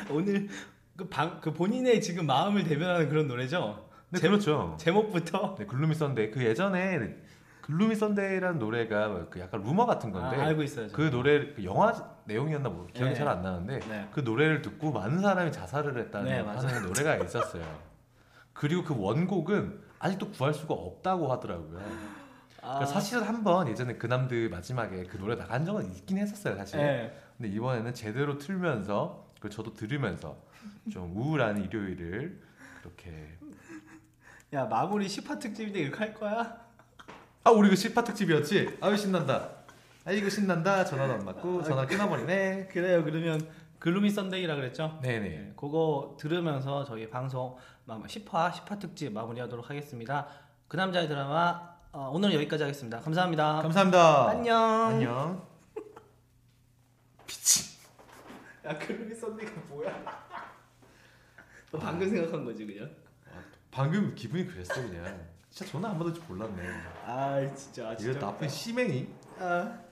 Speaker 1: 오늘 그 방 그 본인의 지금 마음을 대변하는 그런 노래죠.
Speaker 2: 네, 그렇죠.
Speaker 1: 제목부터
Speaker 2: 네, 글루미 썬데이. 그 예전에 글루미 썬데이라는 노래가 그 약간 루머 같은 건데
Speaker 1: 아, 알고 있어요.
Speaker 2: 그 노래 그 영화 내용이었나 뭐 기억이
Speaker 1: 네.
Speaker 2: 잘 안 나는데
Speaker 1: 네.
Speaker 2: 그 노래를 듣고 많은 사람이 자살을 했다는
Speaker 1: 네, 맞아요.
Speaker 2: 하는 노래가 있었어요. 그리고 그 원곡은 아직도 구할 수가 없다고 하더라고요.
Speaker 1: 아.
Speaker 2: 그러니까 사실은 한번 예전에 그남들 마지막에 그 노래 나간 적은 있긴 했었어요, 사실.
Speaker 1: 예.
Speaker 2: 근데 이번에는 제대로 틀면서 그 저도 들으면서 좀 우울한 일요일을 그렇게
Speaker 1: 야 마무리 10화 특집인데 이렇게 할 거야?
Speaker 2: 아 우리 그 10화 특집이었지? 아유 신난다. 아이고 신난다. 전화도 안 받고 전화 끊어버리네.
Speaker 1: 그래요 그러면 글루미 썬데이라 그랬죠?
Speaker 2: 네네.
Speaker 1: 네, 그거 들으면서 저희 방송 마무- 10화 10화 특집 마무리하도록 하겠습니다 그 남자의 드라마 어, 오늘은 여기까지 하겠습니다 감사합니다
Speaker 2: 감사합니다.
Speaker 1: 안녕
Speaker 2: 안녕.
Speaker 1: 야 글루미 썬데이가 뭐야 너 방금 생각한 거지 그냥?
Speaker 2: 아, 방금 기분이 그랬어 그냥 진짜 전화 안 받을 줄 몰랐네
Speaker 1: 아 진짜
Speaker 2: 이거 나쁜 심행이
Speaker 1: 아,